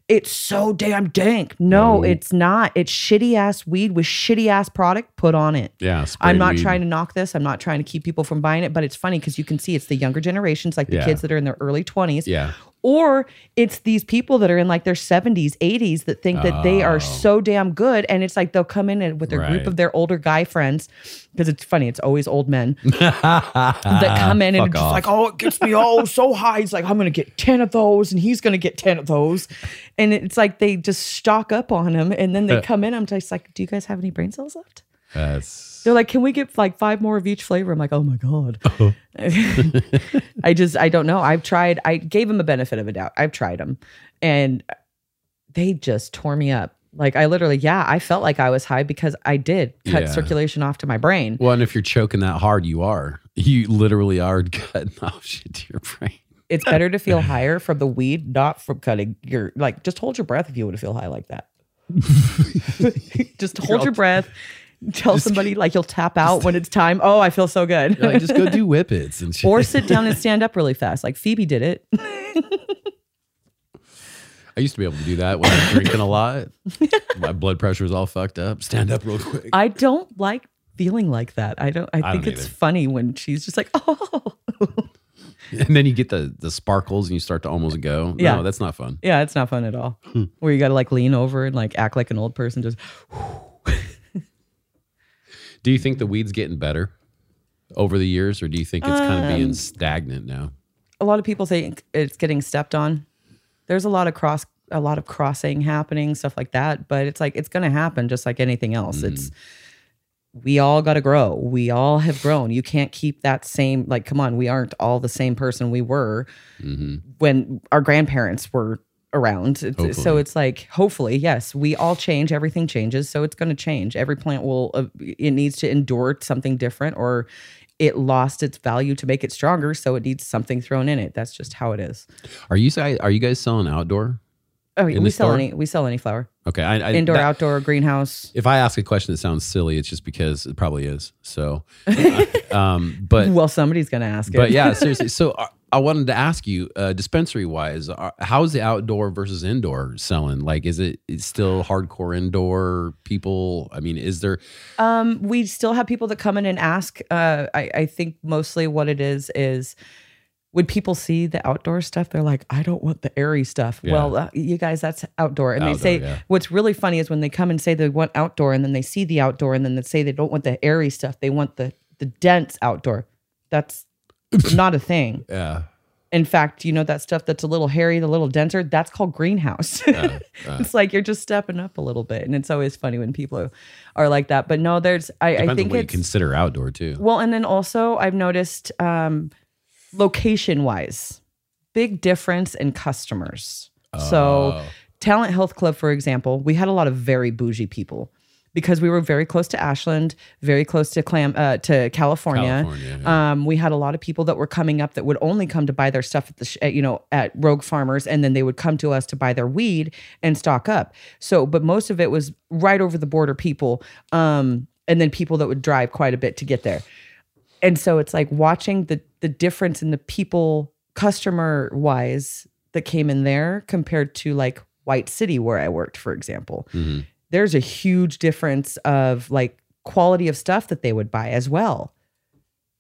it's so damn dank. No, No. it's not. It's shitty ass weed with shitty ass product put on it. Yeah, I'm sprayed not weed. trying to knock this. I'm not trying to keep people from buying it, but it's funny because you can see it's the younger generations, like the Yeah. kids that are in their early (laughs) 20s, Yeah, or it's these people that are in like their 70s, 80s that think that they Oh. are so damn good. And it's like they'll come in and with their Right. group of their older guy friends, because it's funny, it's always old men that come in and Ah, Fuck just off. like, oh, it gets (laughs) me all so high. He's like, I'm gonna get ten of those, and he's gonna get ten of those, and it's like they just stock up on him, and then they come in. I'm just like, do you guys have any brain cells left? that's They're like, can we get like five more of each flavor? I'm like, oh my god. Uh-huh. (laughs) I just, I don't know. I've tried. I gave him a benefit of a doubt. I've tried them, and they just tore me up. Like I literally, yeah, I felt like I was high because I did cut Yeah. circulation off to my brain. well. And if you're choking that hard, you are. You literally are (laughs) cutting off shit to your brain. it's better to feel higher from the weed, not from cutting your like just hold your breath if you want to feel high (laughs) like that. just hold your breath. Tell somebody like you'll tap out when it's time. Oh, I feel so good. You're like, just go (laughs) do whippets and shit. (laughs) or sit down and stand up really fast. Like Phoebe did it. I used to be able to do that when I was drinking a (laughs) lot. My blood pressure was all fucked up. Stand up real quick. I don't like feeling like that. I don't I, I think don't it's (laughs) either. funny when she's just like, oh (laughs) and then you get the the sparkles and you start to almost go. Yeah. No, that's not fun. Yeah, it's not fun at all. Hmm. Where you got to like lean over and like act like an old person. Just Do you think the weed's getting better over the years, or do you think it's kind of Um, being stagnant now? a lot of people say it's getting stepped on. There's a lot of cross, a lot of crossing happening, stuff like that. But it's like it's going to happen, just like anything else. It's we all got to grow. We all have grown. You can't keep that same. Like, come on, we aren't all the same person we were hmm when our grandparents were around. It's- So Hopefully. it's like, hopefully, yes, we all change. Everything changes. So it's going to change. Every plant will, uh, it needs to endure something different or it lost its value to make it stronger. So it needs something thrown in it. That's just how it is. Are you guys are you guys selling outdoor? Oh, In we the sell store? any, we sell any flower, Okay, I, I, indoor, that- outdoor, greenhouse. If I ask a question that sounds silly, it's just because it probably is. (laughs) So, um, but well, somebody's going to ask but it. yeah, seriously. So I, I wanted to ask you, uh, dispensary wise, are, how's the outdoor versus indoor selling? Like, is it it's still hardcore indoor people? I mean, is there? Um, we still have people that come in and ask. Uh, I, I think mostly what it is is when people see the outdoor stuff, they're like, I don't want the airy stuff. Yeah. Well, uh, you guys, that's outdoor. And Outdoor, they say, yeah. what's really funny is when they come and say they want outdoor and then they see the outdoor and then they say they don't want the airy stuff. They want the, the dense outdoor. That's not a thing. Yeah, In fact, you know, that stuff that's a little hairy, the little denser, that's called greenhouse. (laughs) uh, uh, it's like you're just stepping up a little bit. And it's always funny when people are like that. But no, there's, I, I depends on think what you it's. consider outdoor too. Well, and then also I've noticed um, location wise, big difference in customers. So, Oh. Talent Health Club, for example, we had a lot of very bougie people because we were very close to Ashland, very close to Clam uh, to California. California, yeah. Um, we had a lot of people that were coming up that would only come to buy their stuff at the sh- at, you know at Rogue Farmers, and then they would come to us to buy their weed and stock up. So, but most of it was right over the border people, um, and then people that would drive quite a bit to get there. And so it's like watching the the difference in the people customer wise that came in there compared to like White City where I worked, for example Mhm. there's a huge difference of like quality of stuff that they would buy as well.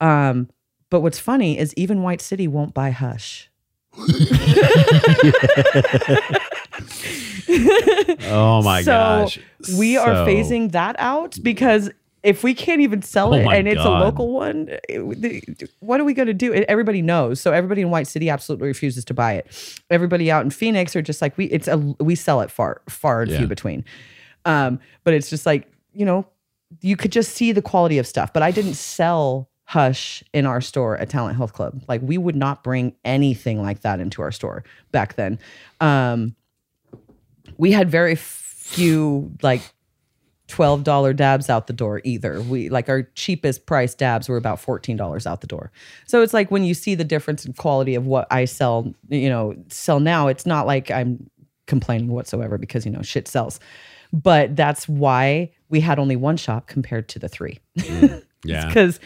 Um, but what's funny is even White City won't (laughs) buy Hush. Oh my So, gosh, We So- are phasing that out because if we can't even sell Oh it my and it's a God. local one, it- the- what are we going to do? It- Everybody knows. So everybody in White City absolutely refuses to buy it. Everybody out in Phoenix are just like we it's a we sell it far far and Yeah. few between. Um, but it's just like, you know, you could just see the quality of stuff, but I didn't sell Hush in our store at Talent Health Club. Like we would not bring anything like that into our store back then. Um, we had very few like twelve dollar dabs out the door either. We like our cheapest price dabs were about fourteen dollars out the door. So it's like when you see the difference in quality of what I sell, you know, sell now, it's not like I'm complaining whatsoever because you know shit sells. But that's why we had only one shop compared to the three. yeah. Because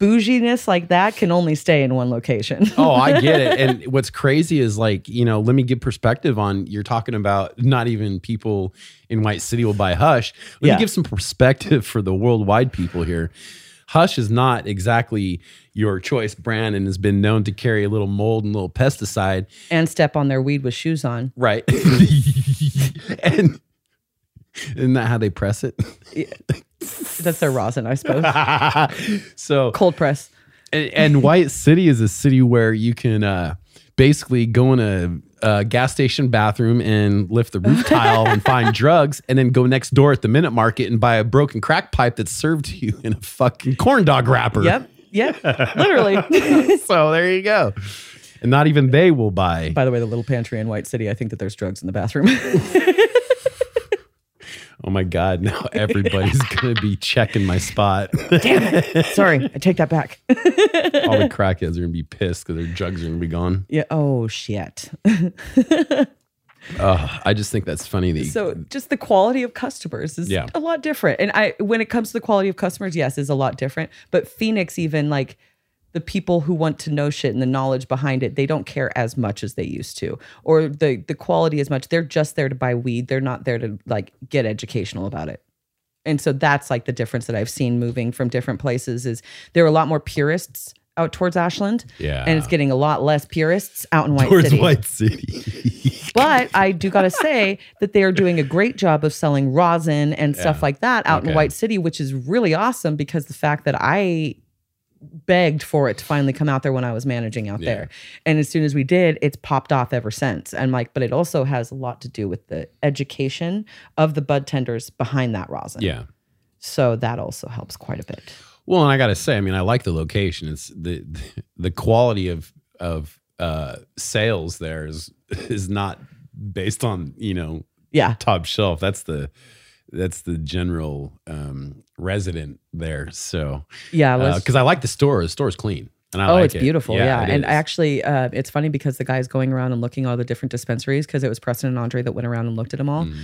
bouginess like that can only stay in one location. (laughs) oh, I get it. And what's crazy is like, you know, let me give perspective on you're talking about not even people in White City will buy Hush. Let Yeah. me give some perspective for the worldwide people here. Hush is not exactly your choice brand and has been known to carry a little mold and a little pesticide. and step on their weed with shoes on. Right. (laughs) and isn't that how they press it? (laughs) That's their rosin, I suppose. so Cold press. and, and White City is a city where you can uh, basically go in a, a gas station bathroom and lift the (laughs) roof tile and find drugs, and then go next door at the minute market and buy a broken crack pipe that's served (laughs) to you in a fucking corn dog wrapper. Yep. Yep. Literally. (laughs) (laughs) So there you go. And not even they will buy. By the way, the little pantry in White City, I think that there's drugs in the bathroom. (laughs) Oh my God! (laughs) Now everybody's gonna be checking my spot. Sorry, I take that back. All the crackheads are gonna be pissed because their drugs are gonna be gone. (laughs) yeah. Oh shit. Ugh, I just think that's funny. That you, So just the quality of customers is Yeah. a lot different. And I when it comes to the quality of customers, yes, is a lot different. But Phoenix even like the people who want to know shit and the knowledge behind it, they don't care as much as they used to. Or the the quality as much. They're just there to buy weed. They're not there to like get educational about it. And so that's like the difference that I've seen moving from different places is there are a lot more purists out towards Ashland, Yeah. and it's getting a lot less purists out in White Ah. towards City. White City. (laughs) But I do got to say that they are doing a great job of selling rosin and Yeah. stuff like that out Okay. in White City, which is really awesome because the fact that I begged for it to finally come out there when I was managing out Yeah. there. And as soon as we did, it's popped off ever since. And like, but it also has a lot to do with the education of the bud tenders behind that rosin. yeah. So that also helps quite a bit. Well, and I gotta say, I mean, I like the location. It's the the, the quality of of uh, sales there is is not based on you know Yeah. top shelf. That's the that's the general um, resident there. So Yeah. let's- because I like the store, the store's clean, and I oh, like it's it. beautiful. Yeah. it And is. I actually, uh, it's funny because the guy's going around and looking all the different dispensaries because it was Preston and Andre that went around and looked at them all. Mm.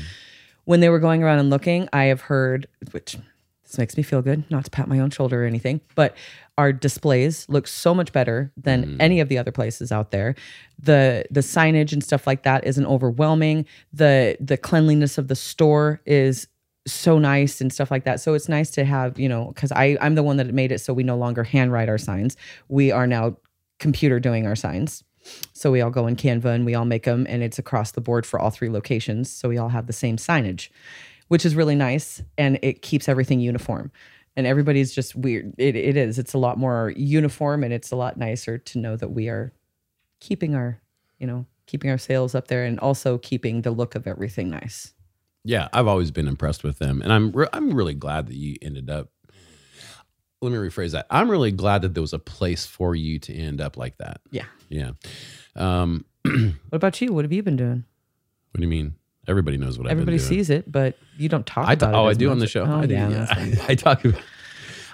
When they were going around and looking, I have heard, which this makes me feel good, not to pat my own shoulder or anything, but our displays look so much better than Mm. any of the other places out there. The the signage and stuff like that isn't overwhelming. The the cleanliness of the store is so nice and stuff like that. So it's nice to have, you know, because I I'm the one that made it so we no longer handwrite our signs. We are now computer doing our signs. So we all go in Canva and we all make them and it's across the board for all three locations. So we all have the same signage, which is really nice and it keeps everything uniform. And everybody's just weird. It, it is. It's a lot more uniform and it's a lot nicer to know that we are keeping our, you know, keeping our sales up there and also keeping the look of everything nice. Yeah, I've always been impressed with them, and I'm re- I'm really glad that you ended up. Let me rephrase that. I'm really glad that there was a place for you to end up like that. Yeah. Yeah. Um, (clears throat) What about you? What have you been doing? what do you mean? Everybody knows what Everybody I've been doing. sees it, but you don't talk I about ta- it. oh, I as do on much. the show. Oh, I do, yeah. that's yeah. fine. (laughs) I, talk about.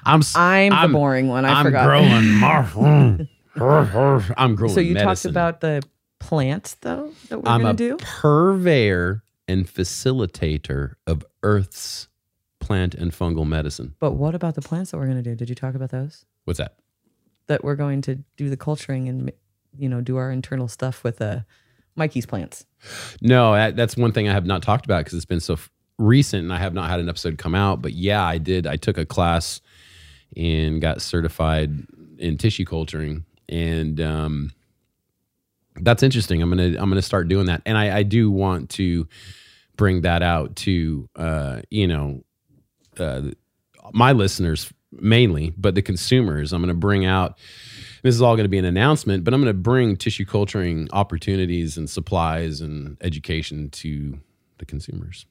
I'm s- I'm, I'm- the boring one. I I'm forgot. growing (laughs) more. I'm growing. so you talked medicine. about the plants though that we're I'm gonna a do. purveyor and facilitator of Earth's plant and fungal medicine. But what about the plants that we're gonna do? Did you talk about those? What's that? That we're going to do the culturing and you know do our internal stuff with uh, Mikey's plants. No, that, that's one thing I have not talked about because it's been so f- recent and I have not had an episode come out. But yeah, I did. I took a class and got certified in tissue culturing, and um, that's interesting. I'm gonna I'm gonna start doing that, and I, I do want to bring that out to uh, you know uh, my listeners mainly, but the consumers. I'm gonna bring out this is all going to be an announcement, but I'm going to bring tissue culturing opportunities and supplies and education to the consumers.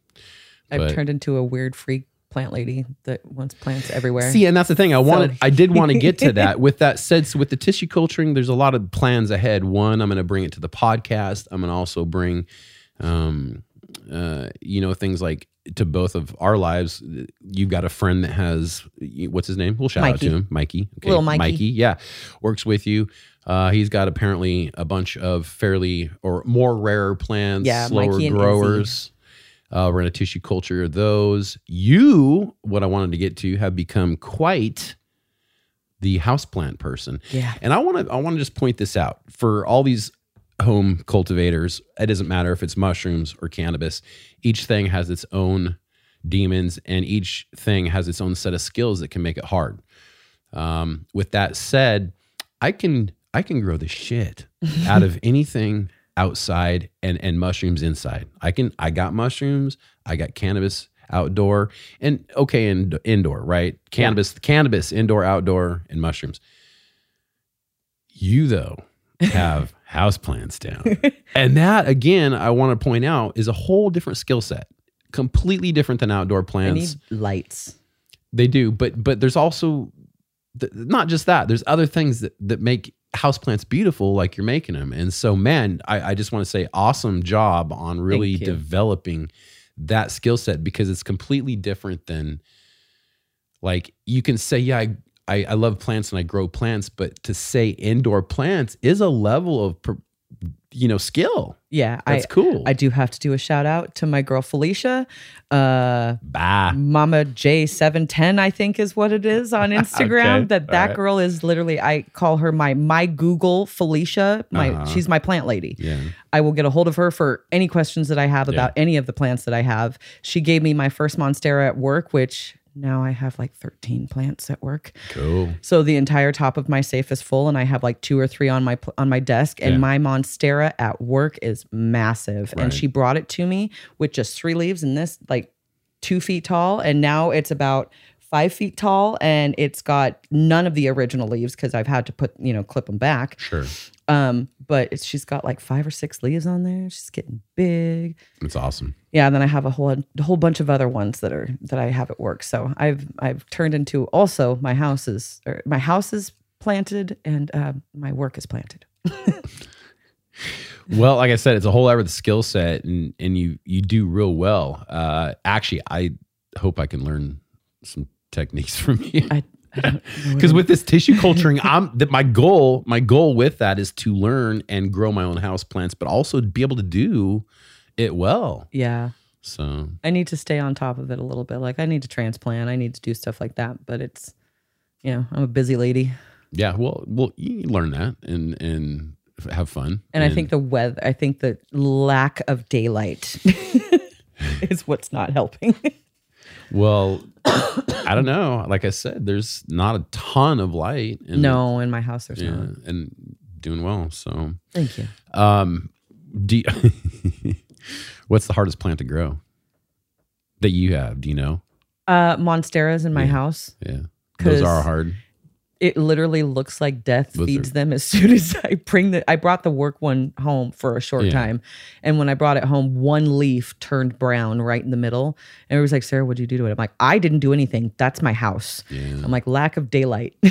I've But- turned into a weird freak plant lady that wants plants everywhere. See, and that's the thing. I wanted, So- I did want to get to (laughs) that. With that said, so with the tissue culturing, there's a lot of plans ahead. One, I'm going to bring it to the podcast. I'm going to also bring, um, uh, you know, things like to both of our lives. You've got a friend that has what's his name? We'll shout out Mikey. to him, Mikey. Okay, Little Mikey. yeah, works with you. Uh, he's got apparently a bunch of fairly or more rare plants, Yeah, slower Mikey and Izzy. growers. Uh, we're in a tissue culture of those. You, what I wanted to get to, have become quite the houseplant person. yeah, And I want to I want to just point this out for all these home cultivators. It doesn't matter if it's mushrooms or cannabis. Each thing has its own demons, and each thing has its own set of skills that can make it hard. Um, with that said, I can I can grow the shit (laughs) out of anything outside and and mushrooms inside. I can I got mushrooms. I got cannabis outdoor and okay and indoor right cannabis cannabis indoor outdoor and mushrooms you though have houseplants down. And that again, I want to point out is a whole different skill set. Completely different than outdoor (laughs) I plants. need lights. they do, but but there's also th- not just that. There's other things that that make houseplants beautiful like you're making them. And so man, I I just want to say awesome job on really Thank you. developing that skill set because it's completely different than like you can say yeah I, I i love plants and i grow plants but to say indoor plants is a level of per- you know skill Yeah, I that's cool I do have to do a shout out to my girl Felicia. Uh, bah Mama J710, I think is what it is on (laughs) Instagram. Okay, That that alright. girl is literally I call her my my Google Felicia. My Uh-huh. she's my plant lady. yeah I will get a hold of her for any questions that I have about any of the plants that I have. She gave me my first Monstera at work, which now I have like 13 plants at work. Cool. So the entire top of my safe is full, and I have like two or three on my pl- on my desk. And Yeah. my monstera at work is massive, Right. and she brought it to me with just three leaves and this like two feet tall, and now it's about five feet tall, and it's got none of the original leaves because I've had to put you know clip them back. Sure. Um, but it's, she's got like five or six leaves on there. She's getting big. That's awesome. Yeah, and then I have a whole a whole bunch of other ones that are that I have at work. So I've I've turned into also my house is or my house is planted and uh, my work is planted. Well, like I said, it's a whole other skill set, and and you you do real well. Uh, actually, I hope I can learn some techniques (laughs) from you. I- I don't know what Because it- with this tissue (laughs) culturing, I'm that my goal, my goal with that is to learn and grow my own house plants, but also be able to do it well. yeah, So I need to stay on top of it a little bit. Like I need to transplant. I need to do stuff like that. But it's you know I'm a busy lady, yeah, well, well, you learn that and and f- have fun. and I think the weather. I think the lack of (laughs) daylight is what's not helping. well, I don't know. Like I said, there's not a ton of light. And, no, in my house there's yeah, not. and doing well. So, Thank you. um, do you- (laughs) what's the hardest plant to grow that you have? Do you know? Uh, monsteras in my Yeah. house. Yeah, those 'Cause- are hard. it literally looks like death Lizard. feeds them as (laughs) soon as I bring the I brought the work one home for a short Yeah. time. And when I brought it home, one leaf turned brown right in the middle. And it was like, Sarah, what'd you do to it? I'm like, I didn't do anything. That's my house. Yeah. I'm like, lack of daylight. (laughs)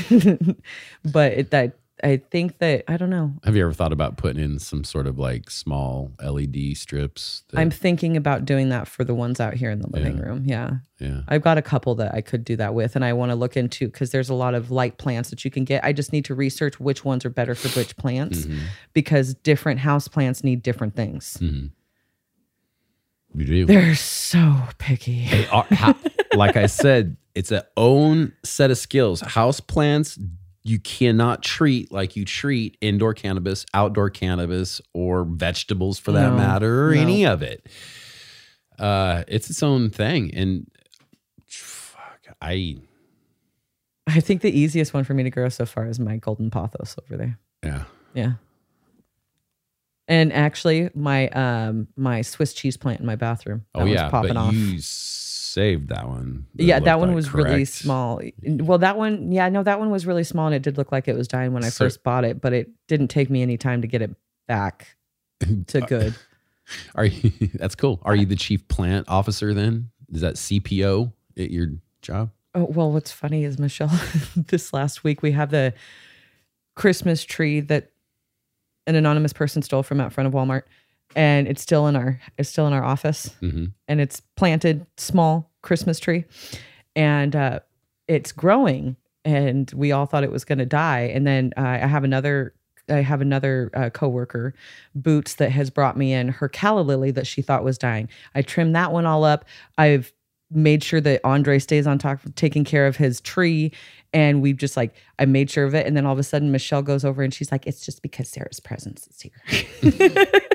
but it, that I think that I don't know. Have you ever thought about putting in some sort of like small LED strips? That, I'm thinking about doing that for the ones out here in the living Yeah. room. Yeah. yeah, I've got a couple that I could do that with, and I want to look into because there's a lot of light plants that you can get. I just need to research which ones are better for which plants Mm-hmm. because different house plants need different things. Mm-hmm. you do. They're so picky. They are- ha- like I said, it's a own set of skills. House plants you cannot treat like you treat indoor cannabis, outdoor cannabis, or vegetables for that No, matter, or no. any of it. Uh, it's its own thing, and fuck, I I think the easiest one for me to grow so far is my golden pothos over there. yeah. Yeah. And actually, my um my Swiss cheese plant in my bathroom. That oh one's yeah, popping but off. you saved that one. It yeah, that looked one like, was really correct? small. Well, that one, yeah, no, that one was really small, and it did look like it was dying when I So- first bought it, but it didn't take me any time to get it (laughs) back to good. Are you, (laughs) that's cool. Are you the chief plant officer then? Is that CPO at your job? Oh, well, what's funny is Michelle, (laughs) this last week we have the Christmas tree that an anonymous person stole from out front of Walmart, and it's still in our it's still in our office. Mm-hmm. and it's planted small Christmas tree, and uh, it's growing. And we all thought it was going to die. And then uh, I have another. I have another uh, coworker, Boots, that has brought me in her calla lily that she thought was dying. I trimmed that one all up. I've made sure that Andre stays on top, taking care of his tree, and we've just like I made sure of it. And then all of a sudden, Michelle goes over and she's like, "It's just because Sarah's presence is here." (laughs)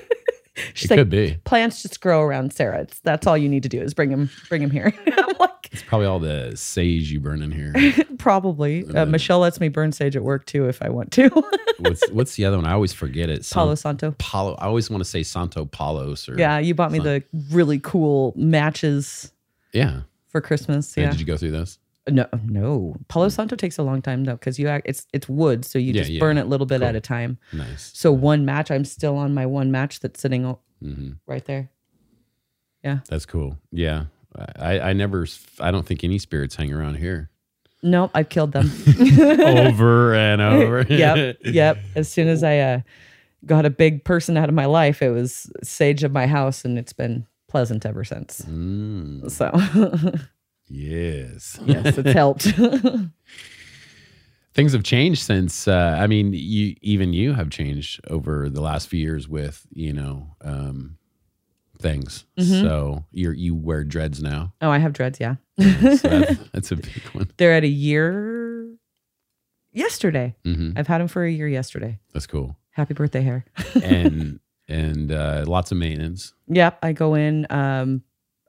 It she's like, could be. plants just grow around Sarah. It's, that's all you need to do is bring them, bring them here. (laughs) I'm like, It's probably all the sage you burn in here. (laughs) probably. Uh, Mm. Michelle lets me burn sage at work too if I want to. (laughs) what's what's the other one? I always forget it. San- Palo Santo. Palo. I always want to say Santo Palos or Yeah, you bought me the really cool matches yeah. for Christmas. Yeah, Yeah. Did you go through this? No, no. Palo Santo takes a long time though because you act, it's it's wood, so you Yeah, just yeah. burn it a little bit Cool. at a time. Nice. So one match, I'm still on my one match that's sitting o- hmm right there. That's cool. Yeah. I, I never. s- I don't think any spirits hang around (laughs) here. Nope, I've (laughs) killed them. (laughs) Oh, over and over. yep, (laughs) yep. As soon as I uh, got a big person out of my life, it was sage of my house, and it's been pleasant ever (laughs) since. Mm, So (laughs) yes. yes, (laughs) it's helped. things have changed since uh, i mean you even you have changed over the last few years with you know um things Mhm. so you're you wear dreads now oh, I have dreads. Yeah, (laughs) so that's, (laughs) that's a big one they're at a year. Yesterday, hmm I've had them for a year. Yesterday, that's (laughs) cool happy birthday hair. and and uh lots of maintenance Yep, I go in. Um,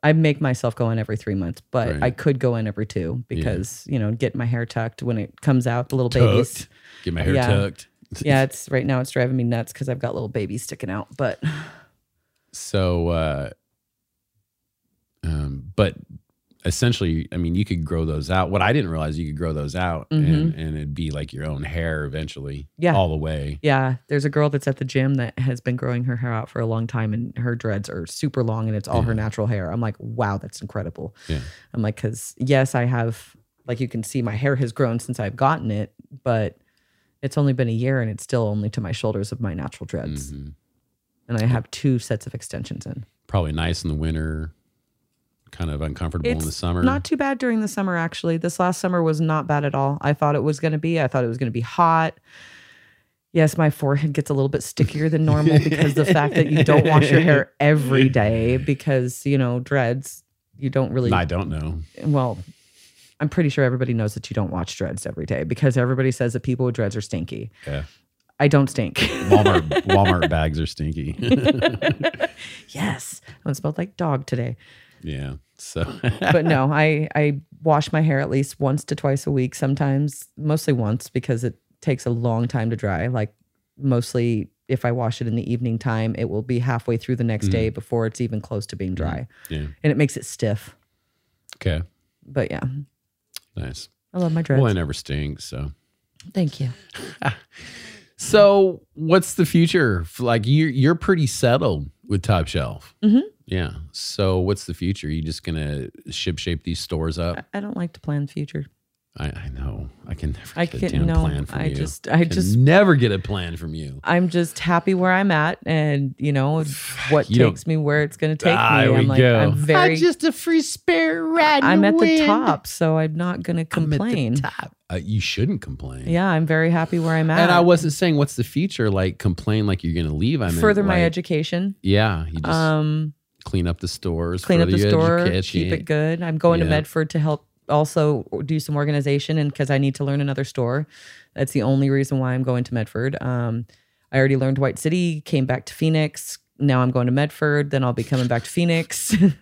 I make myself go in every three months, but Right. I could go in every two because you know get my hair tucked when it comes out. The little babies. Tucked. Get my hair Yeah. tucked. yeah, it's right now it's driving me nuts because I've got little babies sticking out. But So, uh, um, but essentially, I mean, you could grow those out. What I didn't realize, you could grow those out, and, and it'd be like your own hair eventually, Mm-hmm. Yeah. all the way. yeah, there's a girl that's at the gym that has been growing her hair out for a long time, and her dreads are super long, and it's all her Yeah. natural hair. I'm like, wow, that's incredible. Yeah. I'm like, because yes, I have like you can see my hair has grown since I've gotten it, but it's only been a year, and it's still only to my shoulders of my natural dreads, Mhm. and I have two sets of extensions in. Probably nice in the winter, kind of uncomfortable in the It's summer. Not too bad during the summer, actually. This last summer was not bad at all. I thought it was going to be. I thought it was going to be hot. Yes, my forehead gets a little bit stickier than normal because the fact that you don't wash your hair every day because, you know, dreads, you don't really. I don't know. Well, I'm pretty sure everybody knows that you don't watch dreads every day because everybody says that people with dreads are stinky. Yeah. I don't stink. (laughs) Walmart Walmart bags are stinky. (laughs) yes. I smelled like dog today. yeah. So (laughs) but no, I I wash my hair at least once to twice a week. Sometimes, mostly once because it takes a long time to dry. Like mostly, if I wash it in the evening time, it will be halfway through the next day before it's even close to being dry, Mm-hmm. yeah. and it makes it stiff. Okay. But yeah, Nice. I love my dreads. Well, I never stink. So Thank you. so what's the future? Like you you're pretty settled with Top Shelf. Mhm. Yeah. So what's the future? you just gonna ship shape these stores I- up? I don't like to plan future. I, I know. I can never I get a can't. damn No, plan from I you. just. I Can just. never get a plan from you. I'm just happy where I'm at, and you know what You don't- takes me where it's going to take Ah, me. there I'm we like go. I'm very. just a free spirit ride. I'm at the top, so I'm not going to complain. top. Uh, you shouldn't complain. Yeah, I'm very happy where I'm at. And I wasn't saying what's the future, like complain like you're gonna leave. I mean further my like, education. Yeah. You just Um, clean up the stores, clean up the further your store, education. keep it good. I'm going Yeah. to Medford to help also do some organization and because I need to learn another store. That's the only reason why I'm going to Medford. Um, I already learned White City, came back to Phoenix. Now I'm going to Medford. Then I'll be coming back to Phoenix. (laughs) A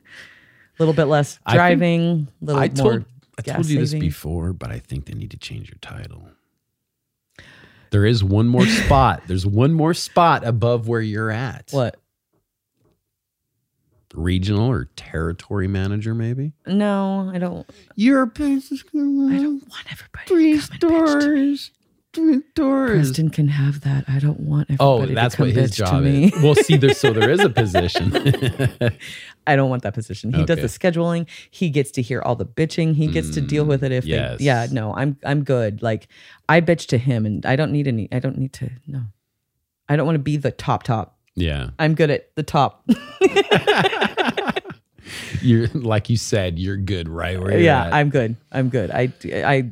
little bit less I think- driving. A little I more. told I told gas you this saving. before, but I think they need to change your title. There is one (laughs) more spot. There's one more spot above where you're at. What? Regional or territory manager, maybe? No, I don't. Your business. I don't want everybody. three to come and bitch to me. stores. Three stores. Preston can have that. I don't want Oh, everybody. that's to come what his bitch job to me. is. Well, see, there, so there is a position. (laughs) (laughs) I don't want that position. He Okay. does the scheduling. He gets to hear all the bitching. He gets to deal Mm, with it if yes. they, yeah, no, I'm I'm good. Like I bitch to him and I don't need any I don't need to no. I don't want to be the top top. yeah. I'm good at the top. You're like you said, you're good right where you're yeah, at. I'm good. I'm good. I I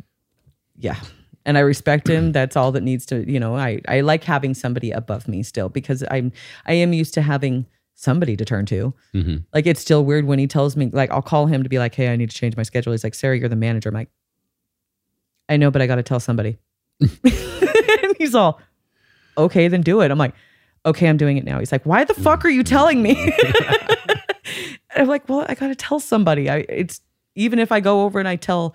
yeah. And I respect him. (clears throat) That's all that needs to, you know, I I like having somebody above me still because I'm I am used to having somebody to turn to. Mhm. Like it's still weird when he tells me, like I'll call him to be like, "Hey, I need to change my schedule." He's like, "Sarah, you're the manager." I'm like, "I know, but I got to (laughs) tell somebody." and he's all, "Okay, then do it." I'm like, "Okay, I'm doing it now." He's like, "Why the fuck are you (laughs) telling me?" And I'm like, "Well, I got to tell somebody." I it's even if I go over and I tell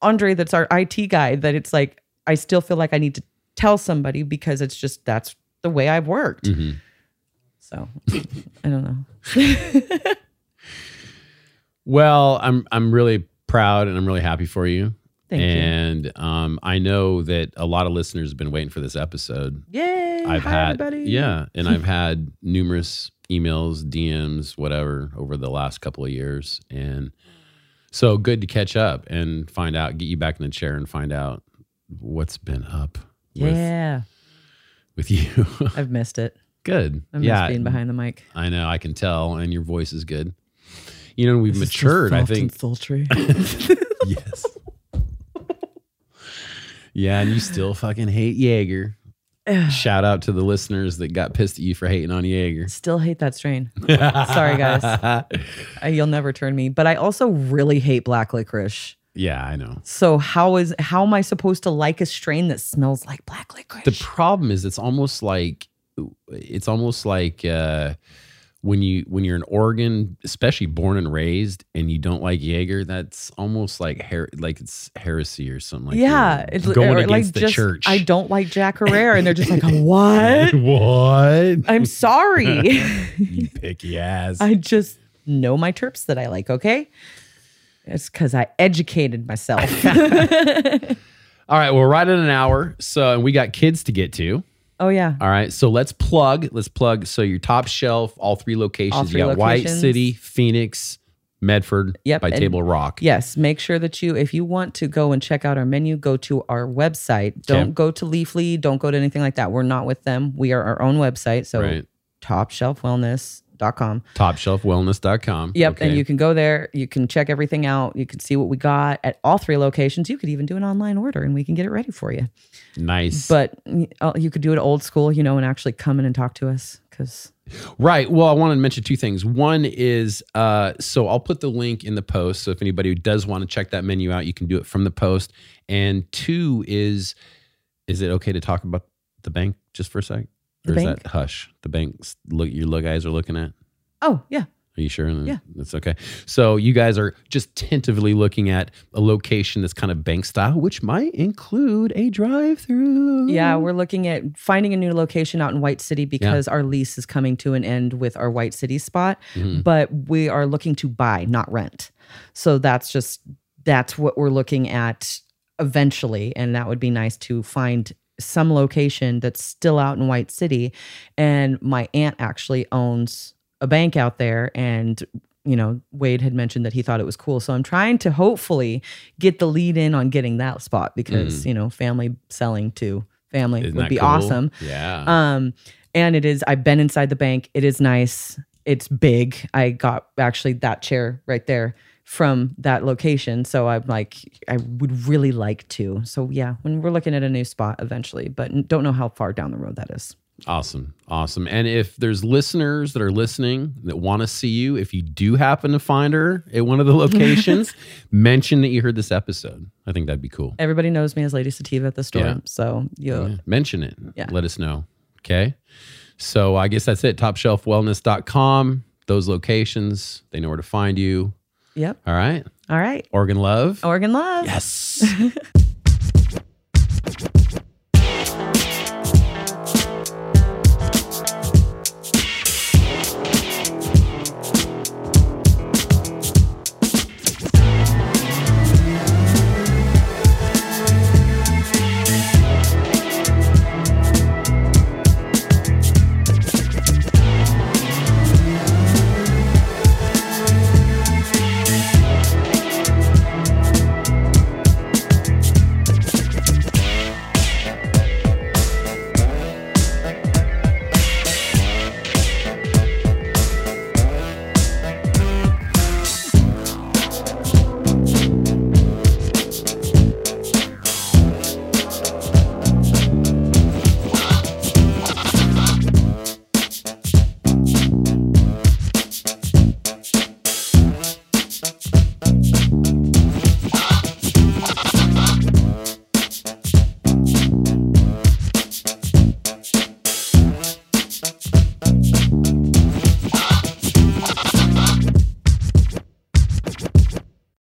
Andre, that's our IT guy, that it's like I still feel like I need to tell somebody because it's just that's the way I've worked. Mhm. So I don't know. Well, I'm I'm really proud and I'm really happy for you. Thank you. and um, I know that a lot of listeners have been waiting for this episode. Yay! I've hi, had everybody. yeah, (laughs) and I've had numerous emails, DMs, whatever over the last couple of years, and so good to catch up and find out, get you back in the chair and find out what's been up with yeah. with you. (laughs) I've missed it. good, I miss yeah. being behind the mic. I know I can tell, and your voice is good. You know, we've This is so matured. I soft and think (laughs) sultry. yes. Yeah, and you still fucking hate Jaeger. Shout out to the listeners that got pissed at you for hating on Jaeger. Still hate that strain. (laughs) Sorry, guys. Uh, you'll never turn me. But I also really hate black licorice. (laughs) yeah, I know. So how is how am I supposed to like a strain that smells like black licorice? The problem is it's almost like it's almost like uh when you when you're in Oregon, especially born and raised, and you don't like Jaeger, that's almost like her, like it's heresy or something like yeah, you're going or against the just, church. I don't like Jack Herrera, and they're just like, (laughs) (laughs) what? (laughs) what? (laughs) I'm sorry. you picky ass. I just know my terps that I like. Okay, it's because I educated myself. (laughs) All right, we're right at an hour, so and we got kids to get to. oh yeah, All right. So let's plug. Let's plug. So your top shelf, all three locations. All three you got White locations. City, Phoenix, Medford Yep, by and- Table Rock. Yes, make sure that you, if you want to go and check out our menu, go to our website. Don't go to Leafly. Don't go to anything like that. We're not with them. We are our own website. So Right. topshelfwellness.com. Topshelfwellness.com. Yep. And Okay. you can go there. You can check everything out. You can see what we got at all three locations. You could even do an online order and we can get it ready for you. nice. But mm, uh, you could do it old school, you know, and actually come in and talk to us because Right. Well, I wanted to mention two things. One is uh, so I'll put the link in the post. So if anybody who does want to check that menu out, you can do it from the post. And two is is it okay to talk about the bank just for a sec? The or is bank? that hush? The bank's look you look guys are looking at? Oh, yeah. Are you sure? Then Yeah. That's okay. So you guys are just tentatively looking at a location that's kind of bank style, which might include a drive through. Yeah, we're looking at finding a new location out in White City because our lease is coming to an end with our White City spot, Mhm. but we are looking to buy, not rent. So that's just that's what we're looking at eventually and that would be nice to find some location that's still out in White City and my aunt actually owns a bank out there and you know Wade had mentioned that he thought it was cool so I'm trying to hopefully get the lead in on getting that spot because you know family selling to family Mm. Isn't would that be cool? awesome Yeah. um, and it is, I've been inside the bank. It is nice. It's big. I got actually that chair right there from that location. So I'm like, I would really like to. So yeah, when we're looking at a new spot eventually, but don't know how far down the road that is. Awesome. Awesome. And if there's listeners that are listening that want to see you, if you do happen to find her at one of the (laughs) locations, mention that you heard this episode. I think that'd be cool. Everybody knows me as Lady Sativa at the store. Yeah. So you'll, Yeah. Mention it. Yeah. Let us know. Okay. So I guess that's it. Topshelfwellness.com. Those locations, they know where to find you. yep. All right. All right. Oregon Love. Oregon love. Oh, Yes.